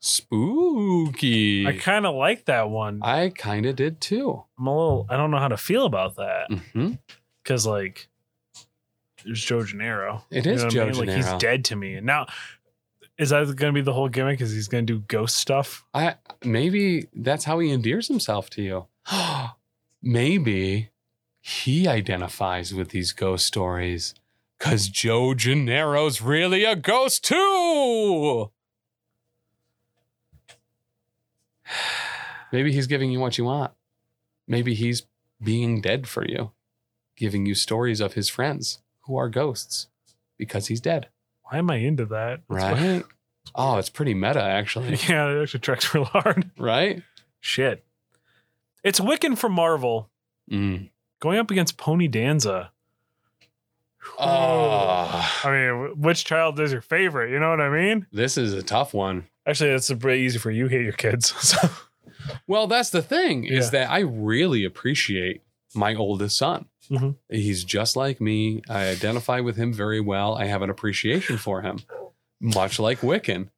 Spooky.
I kind of like that one.
I kind of did too.
I'm a little. I don't know how to feel about that
hmm
because like, there's Joe Gennaro.
It
You
is
know what
Joe
Like he's
Gennaro.
dead to me. And now, is that going to be the whole gimmick? Is he's going to do ghost stuff?
I maybe that's how he endears himself to you. maybe he identifies with these ghost stories because Joe Gennaro's really a ghost too. Maybe he's giving you what you want. Maybe he's being dead for you, giving you stories of his friends who are ghosts because he's dead.
Why am I into that? That's why-
Right? Oh, it's pretty meta, actually.
yeah, it actually tracks real hard.
Right?
Shit. It's Wiccan from Marvel
Mm.
going up against Pony Danza.
Oh,
I mean, wh- which child is your favorite? You know what I mean?
this is a tough one.
Actually, that's pretty easy for you. Hate your kids. So.
Well, that's the thing is
Yeah.
that I really appreciate my oldest son.
Mhm.
He's just like me. I identify with him very well. I have an appreciation for him, much like Wiccan.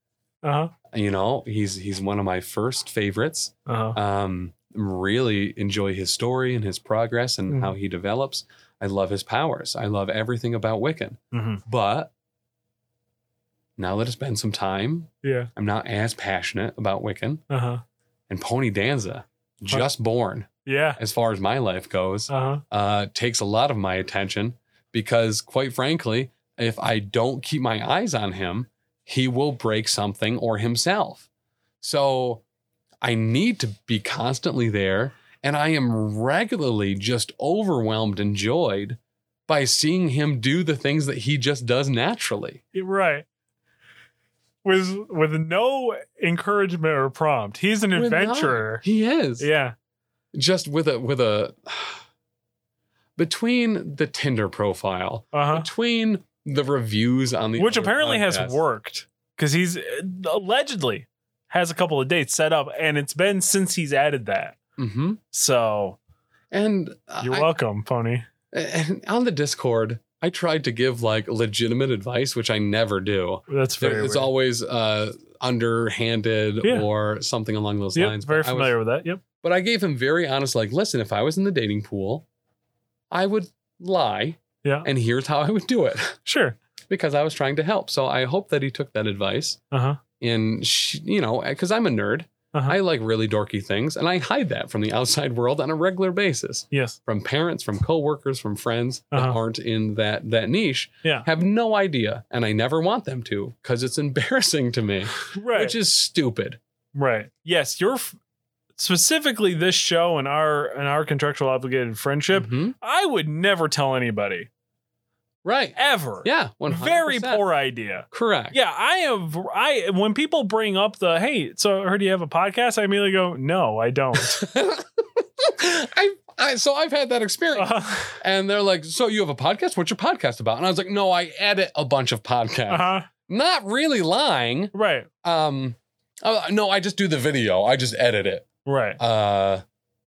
Uh huh.
You know, he's he's one of my first favorites.
Uh huh.
Um, really enjoy his story and his progress and
Mhm.
how he develops. I love his powers. I love everything about Wiccan.
hmm
But now that it's been some time,
Yeah.
I'm not as passionate about Wiccan.
Uh huh.
and Pony Danza, just born
Yeah.
as far as my life goes,
Uh huh.
uh, takes a lot of my attention because, quite frankly, if I don't keep my eyes on him, he will break something or himself. So I need to be constantly there. And I am regularly just overwhelmed and joyed by seeing him do the things that he just does naturally.
Yeah, Right. With with no encouragement or prompt. He's an
Without-
adventurer.
He is.
Yeah.
Just with a with a between the Tinder profile
Uh-huh.
between the reviews on the
Which
other
apparently has
podcasts.
worked cuz he's uh, allegedly has a couple of dates set up and it's been since he's added that.
Mhm.
So,
and
you're
I-
welcome, pony.
and on the discord i tried to give like legitimate advice which i never do
That's
There-
very
it's
weird.
always uh underhanded
Yeah.
or something along those
Yep,
lines
very
but I was-
familiar with that. Yep.
but i gave him very honest like listen if i was in the dating pool i would lie
Yeah.
and here's how i would do it
Sure.
because i was trying to help so i hope that he took that advice
Uh-huh.
and sh you know because i'm a nerd
Uh-huh.
i like really dorky things and i hide that from the outside world on a regular basis
Yes.
from parents from coworkers from friends that
Uh-huh.
aren't in that that niche
Yeah.
have no idea and i never want them to because it's embarrassing to me
Right.
which is stupid
Right. Yes, you're f- specifically this show
Mm-hmm.
and our and our contractual obligated friendship.
Mhm.
I would never tell anybody.
Right.
ever.
Yeah. 100%.
Very poor idea.
Correct.
Yeah, I have. I when people bring up the hey, so I heard you have a podcast. I immediately go, no, I don't.
I, I so I've had that experience,
Uh-huh.
and they're like, "So you have a podcast? What's your podcast about?" And I was like, "No, I edit a bunch of podcasts.
Uh-huh.
Not really lying.
Right.
Um, uh, no, I just do the video. I just edit it.
Right.
Uh,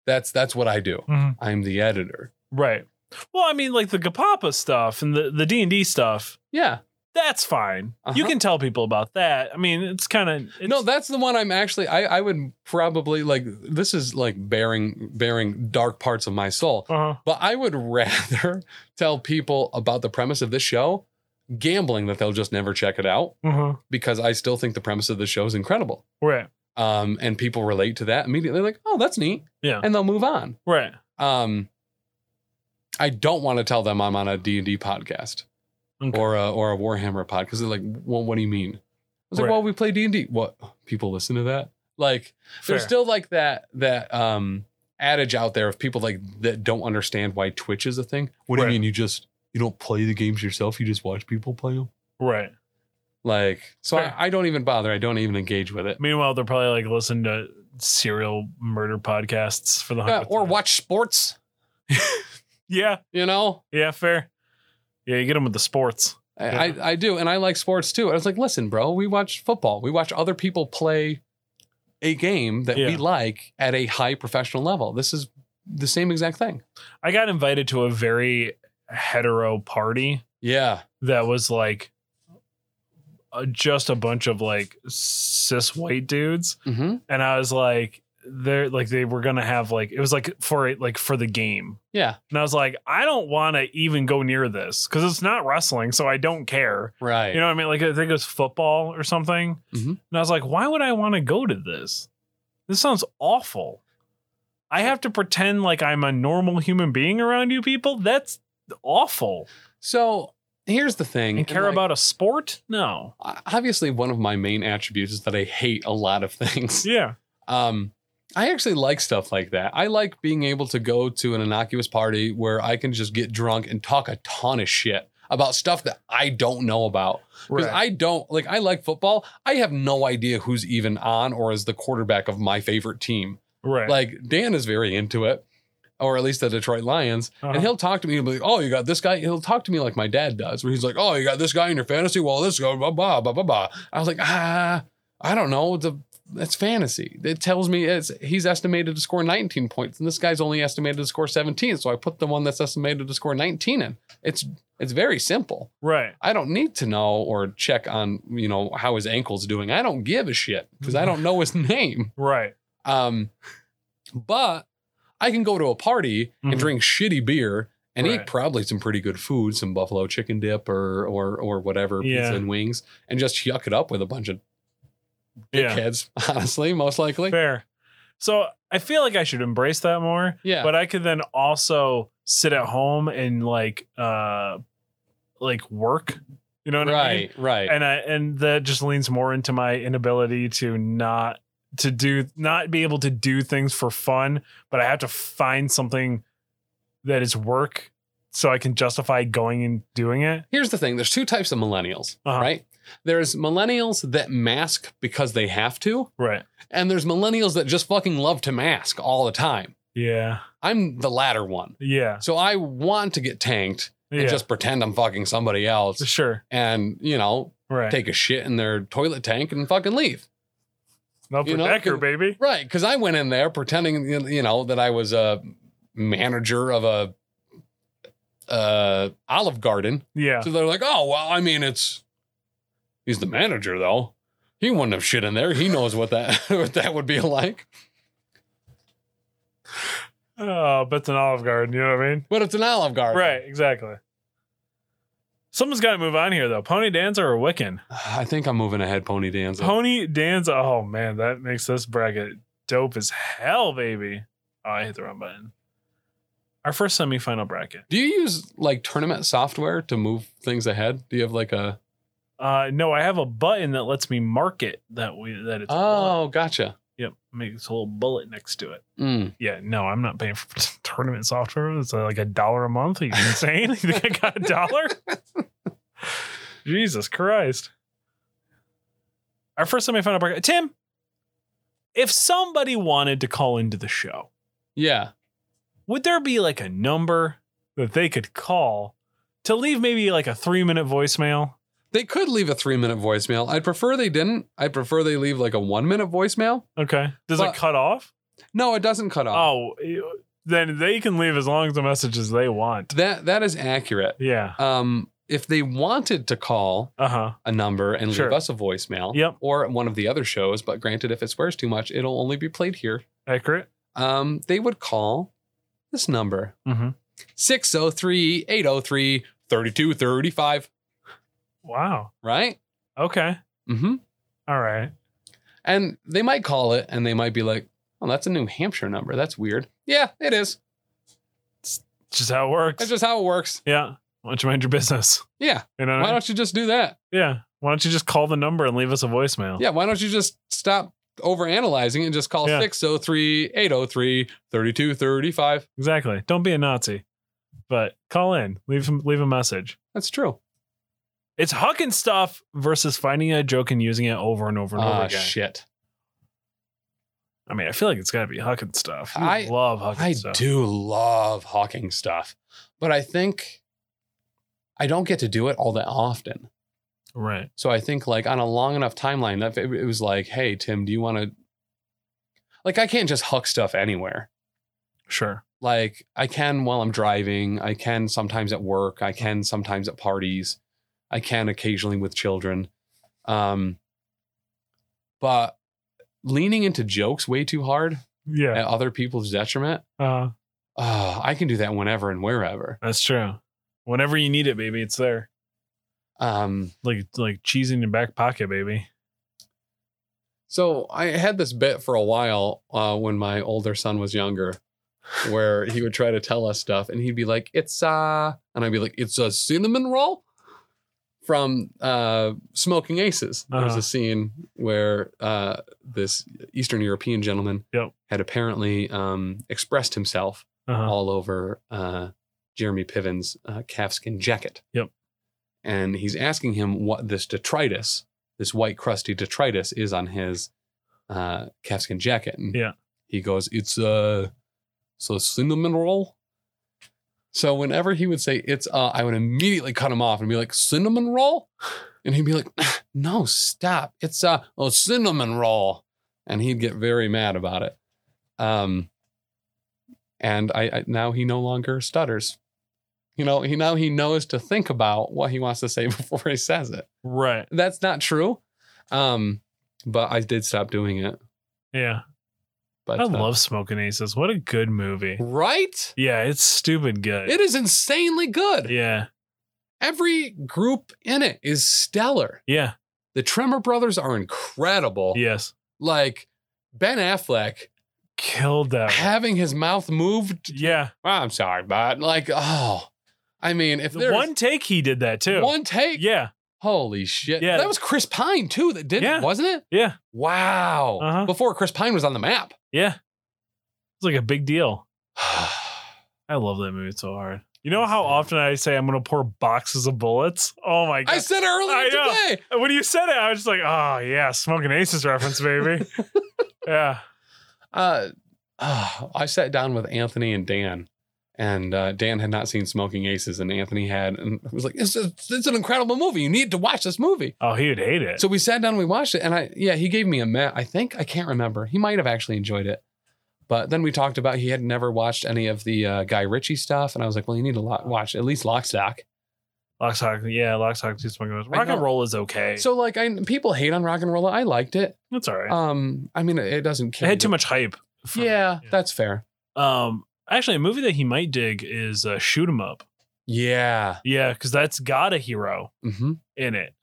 that's that's what I do.
Mhm.
I'm the editor.
Right. Well, I mean, like the Gapapa stuff and the the D and D stuff.
Yeah.
That's fine. You
Uh-huh.
can tell people about that. I mean, it's kind of
no, that's the one I'm actually. I I would probably like. This is like bearing bearing dark parts of my soul.
uh
But I would rather tell people about the premise of this show, gambling that they'll just never check it out.
huh
because I still think the premise of the show is incredible.
uh-huh. Right.
Um, and people relate to that immediately, like, oh, that's neat.
Yeah.
And they'll move on.
Right.
Um, I don't want to tell them I'm on a D&D podcast
Okay.
or a, or a Warhammer pod because they're like, well, what do you mean? I was like,
Right.
well, we play D&D. What? People listen to that? Like,
Fair.
there's still like that, that, um, adage out there of people like that don't understand why Twitch is a thing. What do
Right.
you mean? You just, you don't play the games yourself. You just watch people play them.
right.
Like, so
Fair.
I, I don't even bother. I don't even engage with it.
Meanwhile, they're probably like listening to serial murder podcasts for the
Yeah,
hundredth
Uh, or
time.
watch sports,
Yeah.
you know?
Yeah. Fair. Yeah. You get them with the sports.
I,
Yeah.
I, I do, and I like sports too. I was like, listen, bro, we watch football. We watch other people play a game that
Yeah.
we like at a high professional level. This is the same exact thing.
I got invited to a very hetero party
Yeah.
that was like uh, just a bunch of like cis white dudes.
hmm
and I was like, they're like they were gonna have like it was like for it like for the game,
Yeah.
and I was like, I don't want to even go near this because it's not wrestling, so I don't care.
Right.
You know what I mean? Like I think it was football or something,
Mhm.
and I was like, why would I want to go to this? This sounds awful. I have to pretend like I'm a normal human being around you people. That's awful.
so here's the thing.
And care
like,
about a sport? No.
obviously one of my main attributes is that I hate a lot of things.
Yeah.
Um, I actually like stuff like that. I like being able to go to an innocuous party where I can just get drunk and talk a ton of shit about stuff that I don't know about. Because I don't like, I like football. I have no idea who's even on or is the quarterback of my favorite team.
right.
Like, Dan is very into it, or at least the Detroit Lions.
Uh-huh.
And he'll talk to me and be like, oh, you got this guy. He'll talk to me like my dad does, where he's like, oh, you got this guy in your fantasy. Well, this guy, blah, blah, blah, blah, blah. I was like, ah, I don't know. The, that's fantasy. It tells me it's, he's estimated to score 19 points, and this guy's only estimated to score 17. So I put the one that's estimated to score 19 in. It's it's very simple.
right.
I don't need to know or check on, you know, how his ankle's doing. I don't give a shit because I don't know his name.
Right.
Um, but I can go to a party
Mhm.
and drink shitty beer and
Right.
eat probably some pretty good food, some buffalo chicken dip or or or whatever
Yeah.
pizza and wings, and just yuck it up with a bunch of
Yeah.
kids. Honestly, most likely.
Fair. So I feel like I should embrace that more,
Yeah.
but I could then also sit at home and like uh like work. You know what I mean?
right. Right.
And I and that just leans more into my inability to not to do not be able to do things for fun, but I have to find something that is work so I can justify going and doing it.
Here's the thing: there's two types of millennials,
Uh-huh.
right? There's millennials that mask because they have to,
Right.
and there's millennials that just fucking love to mask all the time.
Yeah.
I'm the latter one.
Yeah.
So I want to get tanked
Yeah.
and just pretend I'm fucking somebody else
sure.
and, you know,
Right.
take a shit in their toilet tank and fucking leave.
Not for
you know,
Decker,
'cause-
baby.
Right, because I went in there pretending, you know, that I was a manager of a uh, Olive Garden.
Yeah.
So they're like, "Oh, well, I mean, it's he's the manager though. He wouldn't have shit in there. He knows what that what that would be like."
Oh, but it's an Olive Garden. You know what I mean?
But it's an Olive Garden,
Right, exactly. Someone's got to move on here, though. Pony Danza or Wiccan?
I think I'm moving ahead, Pony Danza.
Pony Danza. Oh, man, that makes this bracket dope as hell, baby. Oh, I hit the wrong button. Our first semifinal bracket.
Do you use like tournament software to move things ahead? Do you have like a
Uh, no, I have a button that lets me mark it that we that it's. won.
Oh, gotcha.
Yep. Makes a little bullet next to it.
Mm.
Yeah. No, I'm not paying for tournament software. It's uh, like a dollar a month. Are you insane? you think I got a dollar? Jesus Christ. Our first time I found out, about- Tim, if somebody wanted to call into the show,
Yeah.
would there be like a number that they could call to leave maybe like a three minute voicemail?
They could leave a three minute voicemail. I'd prefer they didn't. I'd prefer they leave like a one minute voicemail.
Okay. Does
But-
it cut off?
No, it doesn't cut off.
Oh, you- then they can leave as long as the message as they want.
That that is accurate.
Yeah.
Um, if they wanted to call
Uh huh.
a number and
Sure.
leave us a voicemail,
Yep.
or at one of the other shows, but granted, if it swears too much, it'll only be played here.
Accurate.
Um, they would call this number
Mm-hmm.
603 803 3235,
Wow.
right?
Okay.
Mm-hmm.
All right.
And they might call it and they might be like, oh, that's a New Hampshire number. That's weird. Yeah, it is.
It's just how it works.
That's just how it works.
yeah. Why don't you mind your business?
Yeah.
You know. what I
Why
mean?
don't you just do that?
yeah. Why don't you just call the number and leave us a voicemail?
Yeah. Why don't you just stop overanalyzing and just call
Yeah.
603 803 3235?
Exactly. Don't be a Nazi, but call in. Leave leave a message.
That's true.
It's hucking stuff versus finding a joke and using it over and over and over
Ah,
again.
shit.
I mean, I feel like it's got to be hucking stuff. You
I-
love hucking
I
stuff.
do love hawking stuff, but I think I don't get to do it all that often.
Right.
So I think like on a long enough timeline, if it, it was like, hey, Tim, do you want to? Like, I can't just huck stuff anywhere.
Sure.
Like, I can while I'm driving. I can sometimes at work. I can sometimes at parties. I can occasionally with children. Um, but leaning into jokes way too hard
Yeah.
at other people's detriment,
Uh,
uh, I can do that whenever and wherever.
that's true. Whenever you need it, baby, it's there.
Um,
Like like cheese in your back pocket, baby.
so I had this bit for a while uh, when my older son was younger, where he would try to tell us stuff, and he'd be like, "It's uh," and I'd be like, "It's a cinnamon roll." From uh, Smoking Aces, there's
Uh-huh.
a scene where uh, this Eastern European gentleman
Yep.
had apparently um, expressed himself
Uh-huh.
all over uh, Jeremy Piven's uh, calfskin jacket.
Yep.
And he's asking him what this detritus, this white crusty detritus, is on his uh, calfskin jacket. And
Yeah.
He goes, "It's uh, it's a cinnamon roll." So whenever he would say "it's," uh, I would immediately cut him off and be like, "Cinnamon roll," and he'd be like, "No, stop! It's uh, a cinnamon roll," and he'd get very mad about it. Um, and I, I now he no longer stutters. You know, he now he knows to think about what he wants to say before he says it.
Right.
That's not true, um, but I did stop doing it.
Yeah.
But
I
uh,
love Smoking Aces. What a good movie.
right.
Yeah, it's stupid good.
It is insanely good.
Yeah.
Every group in it is stellar.
Yeah.
The Tremor Brothers are incredible.
Yes.
Like Ben Affleck
Killed that. one.
having his mouth moved. Ah,
Yeah.
I'm sorry, but like, oh, I mean, if
The
there's
one take he did that too.
one take,
yeah.
Holy shit.
Yeah.
That was Chris Pine too that did
Yeah.
it, wasn't it?
Yeah.
Wow.
Uh-huh.
Before Chris Pine was on the map.
Yeah. It's like a big deal. I love that movie so hard. You know how often I say I'm going to pour boxes of bullets? Oh my
I
God.
said
I
earlier
know.
today.
when you said it, I was just like, oh, yeah, Smoking Aces reference, baby. yeah.
Uh, ah, I sat down with Anthony and Dan, and uh, Dan had not seen Smoking Aces, and Anthony had, and I was like, "This is it's an incredible movie. You need to watch this movie."
Oh, he would hate it.
So we sat down, we watched it, and I yeah, he gave me a map. I think I can't remember. He might have actually enjoyed it. But then we talked about he had never watched any of the uh, Guy Ritchie stuff, and I was like, "Well, you need to lo- watch at least Lock, Stock."
Lock Stock, yeah, Lock Stock, two Smoking Aces.
I
Rock and
know.
Roll is okay. So
So like I people hate on rock and roll. I liked it.
That's all right.
Um, I mean it, it doesn't
it
kill.
had too much hype. for me.
Yeah,
Yeah.
that's fair.
Um, actually, a movie that he might dig is uh, Shoot 'Em Up.
Yeah.
Yeah, because that's got a hero
hmm
in it.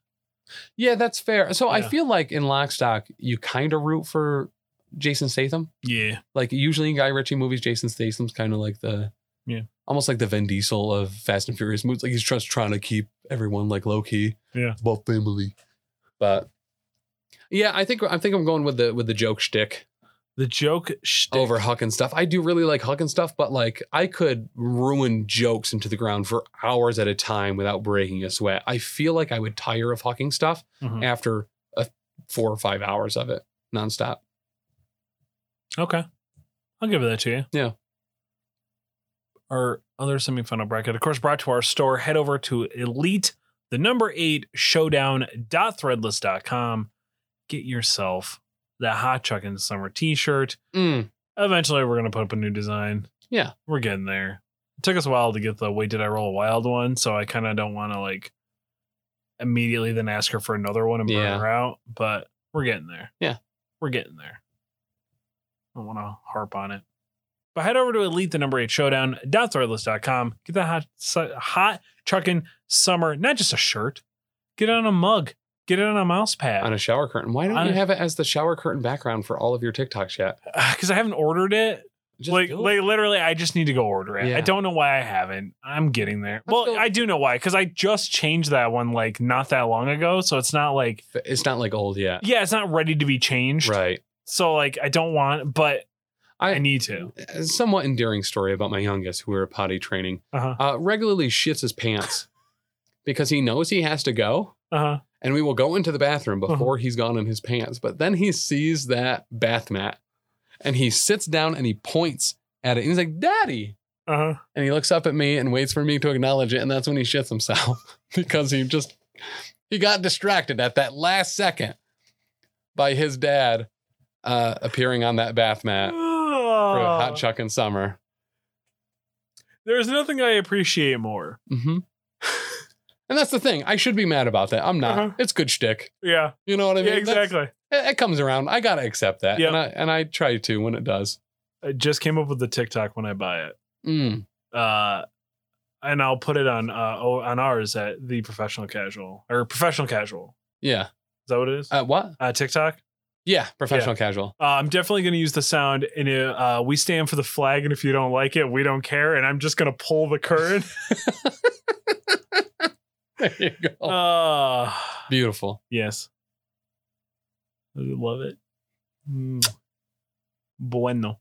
Yeah, that's fair. So I
Yeah.
feel like in Lockstock, you kind of root for Jason Statham.
Yeah,
Like usually in Guy Ritchie movies, Jason Statham's kind of like the
Yeah.
almost like the Vin Diesel of Fast and Furious movies. Like he's just trying to keep everyone like low key.
Yeah.
It's about family. But yeah, I think I think I'm going with the with the joke shtick.
The joke shtick.
over Huck and stuff. I do really like Huck and stuff, but like I could ruin jokes into the ground for hours at a time without breaking a sweat. I feel like I would tire of Hucking stuff
Mhm.
after a four or five hours of it nonstop.
Okay. I'll give that to you.
Yeah.
Our other semifinal bracket, of course, brought to our store. Head over to Elite, the number eight showdown.threadless.com. Get yourself that hot chuck in the summer t shirt.
Mm,
Eventually, we're going to put up a new design.
Yeah.
We're getting there. It took us a while to get the wait, did I roll a wild one? So I kind of don't want to like immediately then ask her for another one and burn
Yeah.
her out, but we're getting there.
Yeah.
We're getting there. I don't want to harp on it. But head over to Elite, the number eight showdown, com. Get that hot, su- hot chucking summer, not just a shirt. Get it on a mug. Get it on a mouse pad.
on a shower curtain. Why don't
On
you
a-
have it as the shower curtain background for all of your TikToks yet?
because I haven't ordered it.
Just
like,
do it.
like literally, I just need to go order it. I
Yeah.
don't know why I haven't. I'm getting there.
Let's
well,
go.
I do know why because I just changed that one like not that long ago, so it's not like
it's not like old yet.
yeah, it's not ready to be changed.
Right.
So like, I don't want, but I,
I-
need to.
A somewhat endearing story about my youngest who we were potty training.
Uh huh.
Uh, regularly shits his pants because he knows he has to go.
Uh huh.
and we will go into the bathroom
Uh-huh.
before he's gone in his pants. But then he sees that bath mat and he sits down and he points at it. And he's like, Daddy.
Uh huh.
And he looks up at me and waits for me to acknowledge it. And that's when he shits himself because he just, he got distracted at that last second by his dad uh, appearing on that bath mat for Hot Chuck and Summer.
There's nothing I appreciate more.
hmm and that's the thing. I should be mad about that. I'm not.
Uh-huh.
It's good shtick.
Yeah.
You know what I mean?
yeah.
That's-
Exactly.
it, it comes around. I gotta accept that,
Yeah.
and I and I try to when it does.
I just came up with the TikTok when I buy it.
Mm.
uh, and I'll put it on uh oh, on ours at the professional casual or professional casual.
Yeah.
Is that what it is? Uh,
Uh, what?
TikTok.
Yeah. Professional casual.
Uh, I'm definitely going to use the sound in it. Uh, we stand for the flag, and if you don't like it, we don't care. And I'm just going to pull the curtain.
There you go.
uh,
Beautiful.
yes, I love it. Mm. Bueno.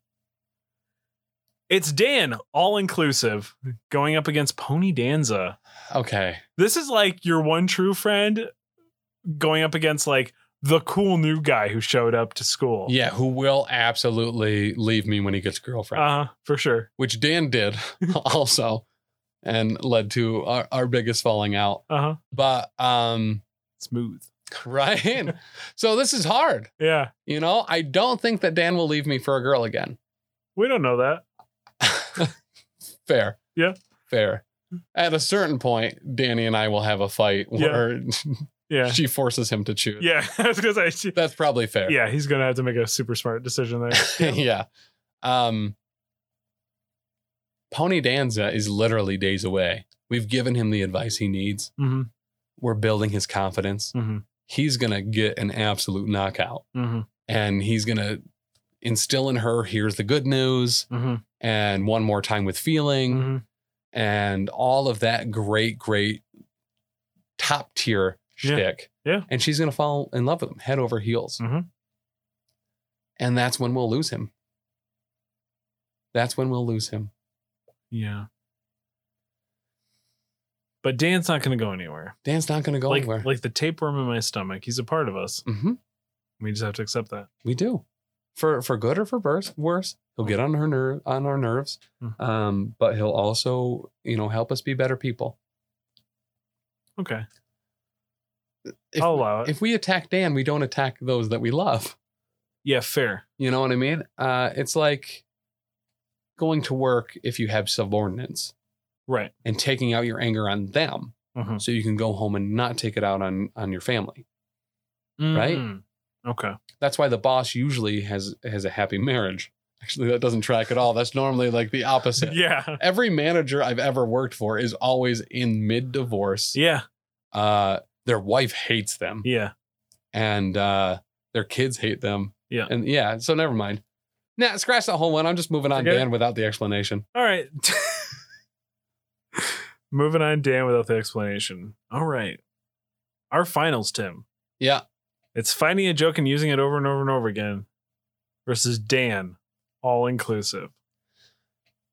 It's Dan, all inclusive, going up against Pony Danza.
Okay.
this is like your one true friend going up against like the cool new guy who showed up to school.
Yeah. Who will absolutely leave me when he gets a girlfriend,
Uh huh. For sure.
which Dan did also, and led to our, our biggest falling out.
Uh huh.
But um,
Smooth.
right. so this is hard.
Yeah.
You know, I don't think that Dan will leave me for a girl again.
We don't know that.
Fair.
Yeah.
Fair. At a certain point, Danny and I will have a fight
Yeah.
where
Yeah.
she forces him to choose.
Yeah. I was gonna say,
That's probably fair.
yeah, he's going to have to make a super smart decision there.
yeah. Um Pony Danza is literally days away. We've given him the advice he needs.
hmm
We're building his confidence.
hmm
He's going to get an absolute knockout
hmm
and he's going to instill in her here's the good news
hmm
and one more time with feeling.
hmm
and all of that great, great top tier
Yeah.
shtick.
Yeah.
And she's gonna fall in love with him, head over heels.
Mhm.
And that's when we'll lose him. That's when we'll lose him.
Yeah. But Dan's not going to go anywhere.
Dan's not gonna go
like,
anywhere.
like the tapeworm in my stomach, he's a part of us.
hmm
We just have to accept that.
We do. For for good or for worse, worse, he'll get on her nerve on our nerves.
Mhm.
Um, but he'll also, you know, help us be better people.
Okay.
If,
I'll allow it.
if we attack Dan, we don't attack those that we love.
yeah, fair.
You know what I mean? Uh, it's like going to work if you have subordinates
Right.
and taking out your anger on them
hmm
so you can go home and not take it out on on your family. Right?
Mm-hmm. Okay.
That's why the boss usually has has a happy marriage. Actually, that doesn't track at all. That's normally like the opposite.
Yeah.
Every manager I've ever worked for is always in mid divorce.
Yeah.
Uh, their wife hates them
Yeah.
and uh, their kids hate them.
Yeah.
And yeah, so never mind. Nah, scratch that whole one. I'm just moving on,
Forget it.
Dan, without the explanation.
All right. Moving on, Dan, without the explanation. All right. Our finals, Tim.
Yeah.
It's finding a joke and using it over and over and over again versus Dan, all inclusive.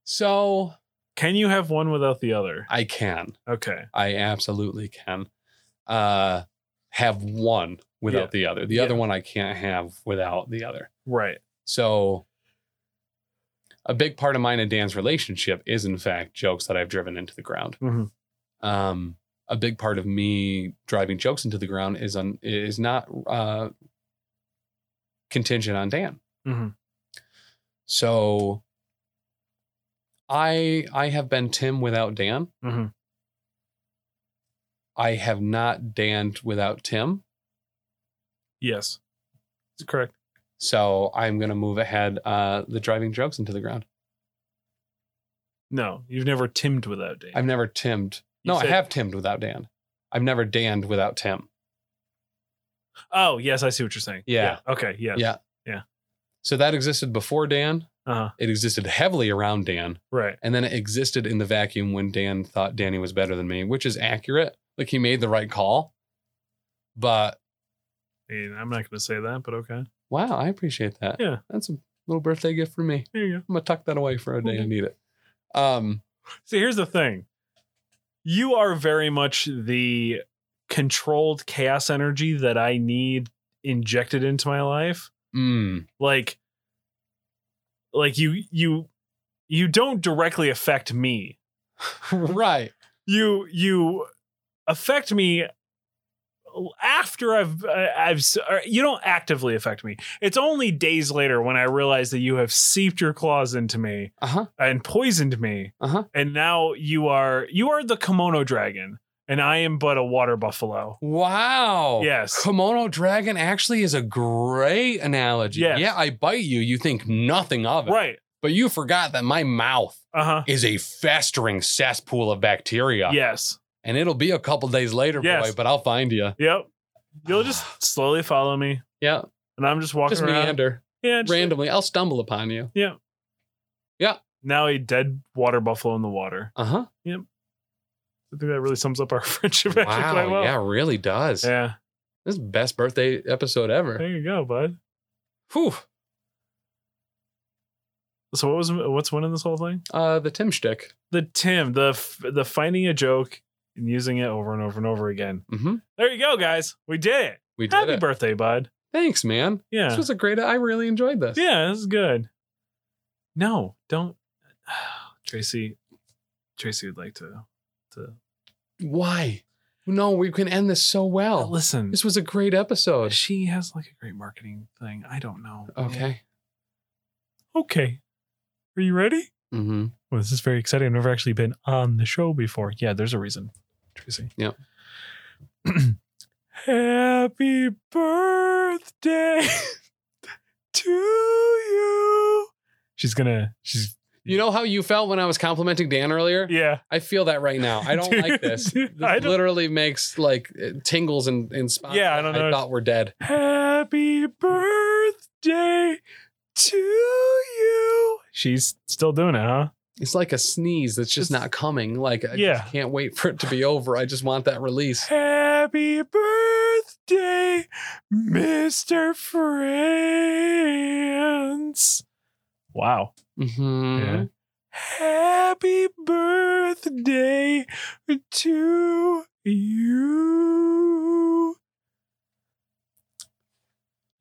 So
Can you have one without the other?
I can.
Okay.
I absolutely can. Uh have one without
Yeah.
the other. The
Yeah.
other one I can't have without the other.
Right.
So a big part of mine and Dan's relationship is in fact jokes that I've driven into the ground.
Mhm.
Um a big part of me driving jokes into the ground is on is not uh contingent on Dan.
Mhm.
So I I have been Tim without Dan.
Mhm.
I have not Dan without Tim.
Yes. That's correct.
So I'm gonna move ahead uh the driving jokes into the ground.
No, you've never timmed without Dan.
I've never Timmed.
You
No,
said-
I have Timmed without Dan. I've never Danned without Tim.
Oh, yes, I see what you're saying.
Yeah.
Okay. Yes.
Yeah. So that existed before Dan.
Uh-huh.
It existed heavily around Dan.
Right.
And then it existed in the vacuum when Dan thought Danny was better than me, which is accurate. Like he made the right call. But
I mean, I'm not going to say that, but okay.
wow, I appreciate that.
Yeah.
That's a little birthday gift for me.
There you go.
I'm gonna tuck that away for a day I
Okay.
need it. Um
See, here's the thing. You are very much the controlled chaos energy that I need injected into my life.
mm,
Like like you you you don't directly affect me.
right.
You you affect me after I've I- I've s- or you don't actively affect me. It's only days later when I realize that you have seeped your claws into me
Uh-huh.
and poisoned me.
Uh-huh.
And now you are you are the kimono dragon, and I am but a water buffalo.
Wow.
Yes.
Kimono dragon actually is a great analogy.
Yes.
Yeah, I bite you, you think nothing of it.
Right.
But you forgot that my mouth
Uh huh.
is a festering cesspool of bacteria.
Yes.
And it'll be a couple days later,
Yes.
boy, but I'll find you.
Yep. You'll just slowly follow me,
Yeah.
and I'm just walking
Just
around.
meander
yeah. just-
randomly. I'll stumble upon you.
now a dead water buffalo in the water.
Uh huh.
I think that really sums up our friendship actually quite
Wow.
well.
Yeah, really does.
Yeah.
This is the best birthday episode ever.
There you go, bud.
Whew.
So what was what's winning this whole thing?
Uh, the Tim shtick.
The Tim, the f- the finding a joke and using it over and over and over again.
Mm-hmm.
There you go, guys. We did it.
We did
Happy
it.
birthday, bud.
Thanks, man.
Yeah.
This was a great. I really enjoyed this.
Yeah, this is good. No, don't. Tracy, Tracy would like to. to
Why? No, we can end this so well.
listen,
This was a great episode.
she has like a great marketing thing. I don't know.
Okay.
Okay. Are you ready?
Mm-hmm.
Well, this is very exciting. I've never actually been on the show before. Yeah, there's a reason, Tracy.
Yep.
Happy birthday to you. She's gonna. She's
You know how you felt when I was complimenting Dan earlier?
yeah.
I feel that right now. I don't like this. This
Dude, I don't-
literally makes like uh, tingles and in spots.
Yeah, I
that
don't know.
I thought we're dead.
Happy birthday to you. She's still doing it, huh?
It's like a sneeze that's just
It's-
not coming. Like I
Yeah.
just can't wait for it to be over. I just want that release.
Happy birthday, Mr. France. Wow.
Mm-hmm.
Yeah. Happy birthday to you.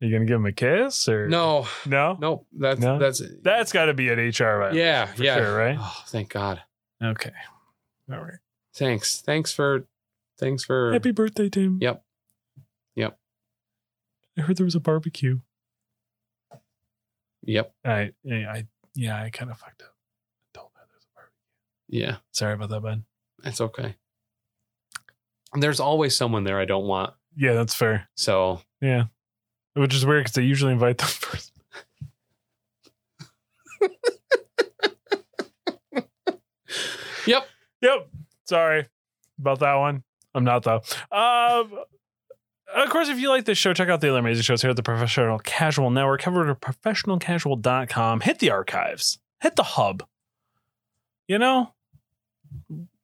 Are you gonna give him a kiss or
No,
No?
nope. That's
No?
that's
That's gotta be an HR violation.
yeah,
for
yeah.
sure, right?
Oh, thank God.
Okay. All right.
Thanks. Thanks for thanks for
Happy birthday, Tim.
Yep. Yep.
I heard there was a barbecue.
Yep.
I, I, I yeah, I kind of fucked up. I told her there's a barbecue.
Yeah.
Sorry about that, bud.
That's okay. And There's always someone there I don't want.
Yeah, that's fair.
So
Yeah. Which is weird because they usually invite the first.
Yep.
Yep. Sorry about that one. I'm not though. Um, of course, if you like this show, check out the other amazing shows here at the Professional Casual Network. Head over to professionalcasual.com. Hit the archives. Hit the hub. You know,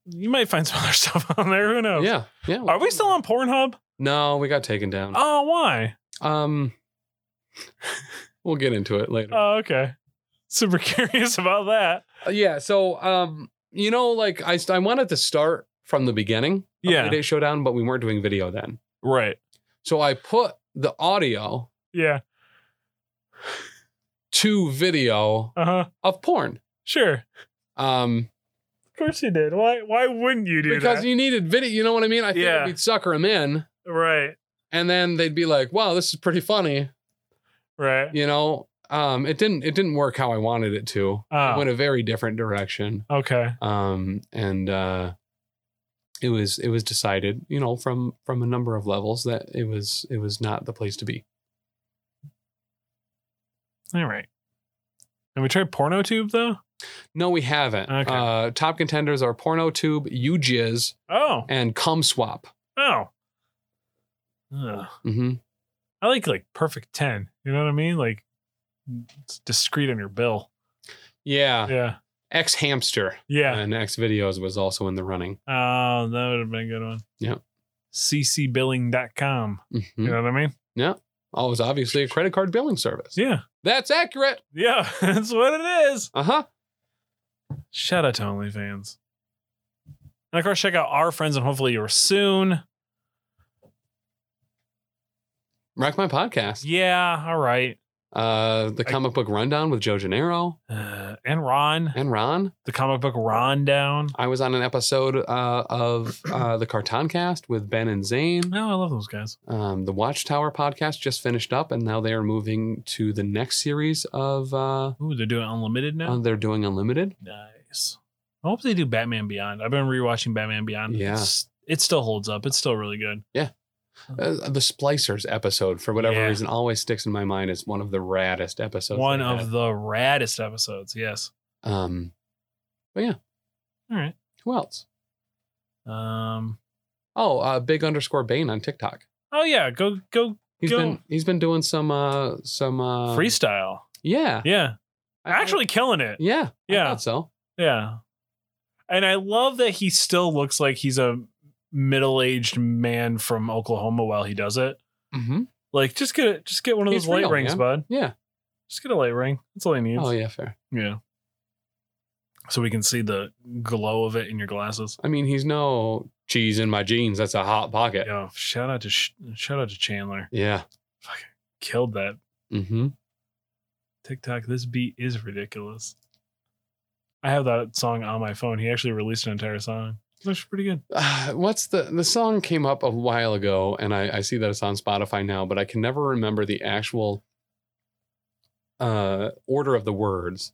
you might find some other stuff on there. Who knows?
yeah. Yeah.
Oh. Are we still on Pornhub? Uh,
No, we got taken down.
Oh, why?
Um We'll get into it later.
Oh, okay. Super curious about that.
Uh, yeah. So, um, you know, like I, st- I wanted to start from the beginning of
Yeah.
Midday Showdown, but we weren't doing video then.
Right.
So I put the audio
Yeah.
to video
Uh huh.
of porn.
Sure. Of
Um,
course you did. Why? Why wouldn't you do
because
that?
you needed video. You know what I mean? I figured
Yeah.
we'd sucker them in,
right.
and then they'd be like, "Wow, this is pretty funny."
Right.
You know, um, it didn't it didn't work how I wanted it to.
Ah.
It went a very different direction,
Okay.
um, and uh, it was it was decided, you know, from from a number of levels that it was it was not the place to be.
All right. And we tried porno tube though.
No, we haven't.
Okay.
Uh, top contenders are PornoTube, You Jizz,
Oh.
and Cum Swap.
Oh. Ugh.
hmm
I like like perfect ten. You know what I mean? Like it's discreet on your bill.
Yeah.
Yeah.
X Hamster
Yeah.
and X Videos was also in the running.
Oh, that would have been a good one.
Yep.
CCbilling.com.
Mhm.
You know what I mean?
Oh, it was obviously a credit card billing service.
Yeah.
That's accurate.
Yeah. That's what it is.
Uh huh.
Shout out to OnlyFans. And of course, check out our friends and hopefully yours soon.
Rock My Podcast.
Yeah, all right.
Uh, the comic book rundown with Joe Gennaro
Uh, and Ron,
and Ron.
the comic book Ron down.
I was on an episode uh, of uh, the Cartoncast with Ben and Zane.
No, I love those guys.
Um, the Watchtower podcast just finished up, and now they are moving to the next series of uh,
Ooh, they're doing unlimited now.
uh, they're doing Unlimited.
nice. I hope they do Batman Beyond. I've been rewatching Batman Beyond.
Yeah.
It's, it still holds up. It's still really good.
Uh, the Splicers episode, for whatever
Yeah.
reason, always sticks in my mind as one of the raddest episodes.
One
they
of
had.
the raddest episodes. Yes.
Um,
All right.
who else?
Um.
Oh, uh, big underscore Bane on TikTok.
Oh yeah. Go go
He's
Go.
been he's been doing some uh some uh
freestyle.
Yeah,
Yeah.
I-
Actually killing it.
yeah, I
Yeah.
thought so
Yeah. And I love that he still looks like he's a middle-aged man from Oklahoma while he does it.
mm-hmm.
Like just get a, just get one of
He's
those light
real,
rings,
man.
bud.
Yeah.
Just get a light ring. That's all he needs.
Oh yeah, fair.
Yeah. So we can see the glow of it in your glasses.
I mean, he's no cheese in my jeans. That's a hot pocket.
Yo, shout out to Sh- shout out to Chandler.
Yeah.
Killed that
Mm-hmm.
TikTok. This beat is ridiculous. I have that song on my phone. He actually released an entire song. It's actually pretty good.
Uh, what's the the song came up a while ago, and I, I see that it's on Spotify now, but I can never remember the actual uh order of the words.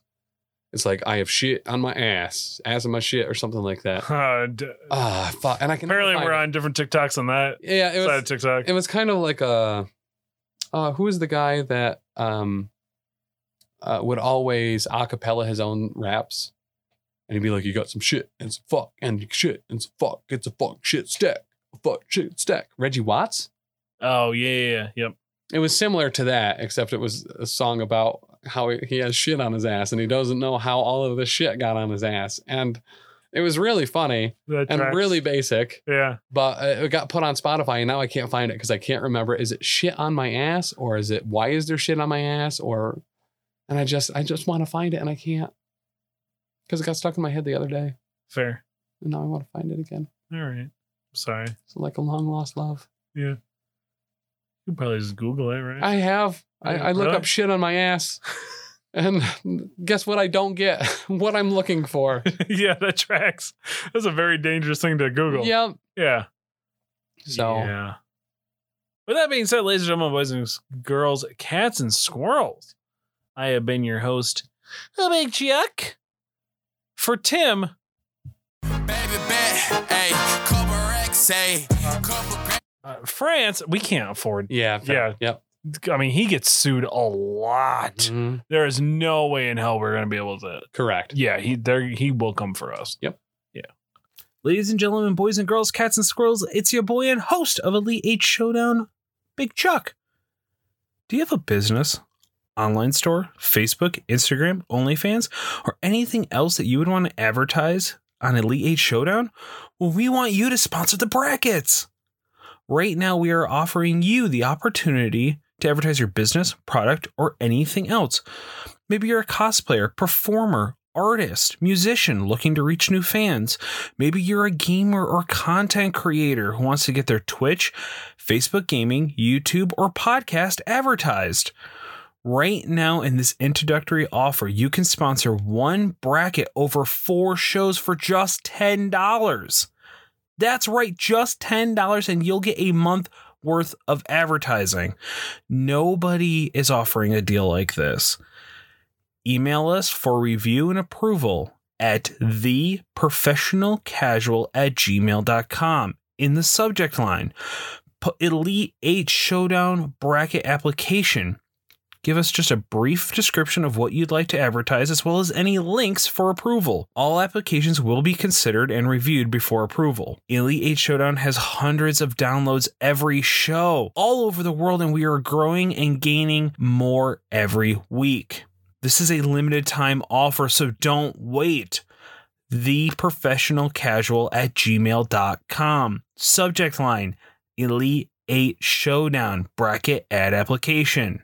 It's like I have shit on my ass, ass on my shit, or something like that.
Uh, d-
Ah, fuck. And I can never
apparently,
find
we're
it.
on different TikToks than that.
Yeah, it was
side of TikTok.
it was kind of like a uh who is the guy that um uh, would always a cappella his own raps and he'd be like you got some shit and some fuck and shit and some fuck it's a fuck shit stack a fuck shit stack reggie watts
oh yeah, yeah, yeah, yep.
it was similar to that except it was a song about how he- he has shit on his ass and he doesn't know how all of this shit got on his ass and it was really funny
That
and
tracks.
really basic
yeah.
but uh, it got put on Spotify and now I can't find it because I can't remember. Is it shit on my ass or is it why is there shit on my ass or? And I just I just want to find it and I can't because it got stuck in my head the other day
Fair.
and now I want to find it again.
All right. Sorry.
It's like a long lost love.
You can probably just Google it, right?
I have I, I look
Really?
up shit on my ass and guess what? I don't get what I'm looking for.
yeah, that tracks. That's a very dangerous thing to Google.
Yep.
Yeah.
So
Yeah. With that being said, ladies and gentlemen, boys and girls, cats and squirrels, I have been your host, the Big Chuck. For Tim,
Baby bet, hey, cover X, hey, cover
uh, France, we can't afford.
yeah fair. yep.
I mean, he gets sued a lot.
Mhm.
There is no way in hell we're going to be able to
Correct.
Yeah, he there he will come for us.
Yep.
Yeah. Ladies and gentlemen, boys and girls, cats and squirrels, it's your boy and host of Elite Eight Showdown, Big Chuck. Do you have a business, online store, Facebook, Instagram, OnlyFans, or anything else that you would want to advertise on Elite Eight Showdown? Well, we want you to sponsor the brackets. Right now, we are offering you the opportunity
to advertise your business, product, or anything else. Maybe you're a cosplayer, performer, artist, musician looking to reach new fans. Maybe you're a gamer or content creator who wants to get their Twitch, Facebook gaming, YouTube, or podcast advertised. Right now, in this introductory offer, you can sponsor one bracket over four shows for just $10. That's right, just $10, and you'll get a month worth of advertising. Nobody is offering a deal like this. Email us for review and approval at theprofessionalcasual at gmail.com in the subject line. Put Elite 8 Showdown Bracket Application. Give us just a brief description of what you'd like to advertise, as well as any links for approval. All applications will be considered and reviewed before approval. Elite 8 Showdown has hundreds of downloads every show all over the world, and we are growing and gaining more every week. This is a limited time offer, so don't wait. TheProfessionalCasual at gmail.com. Subject line Elite 8 Showdown bracket ad application.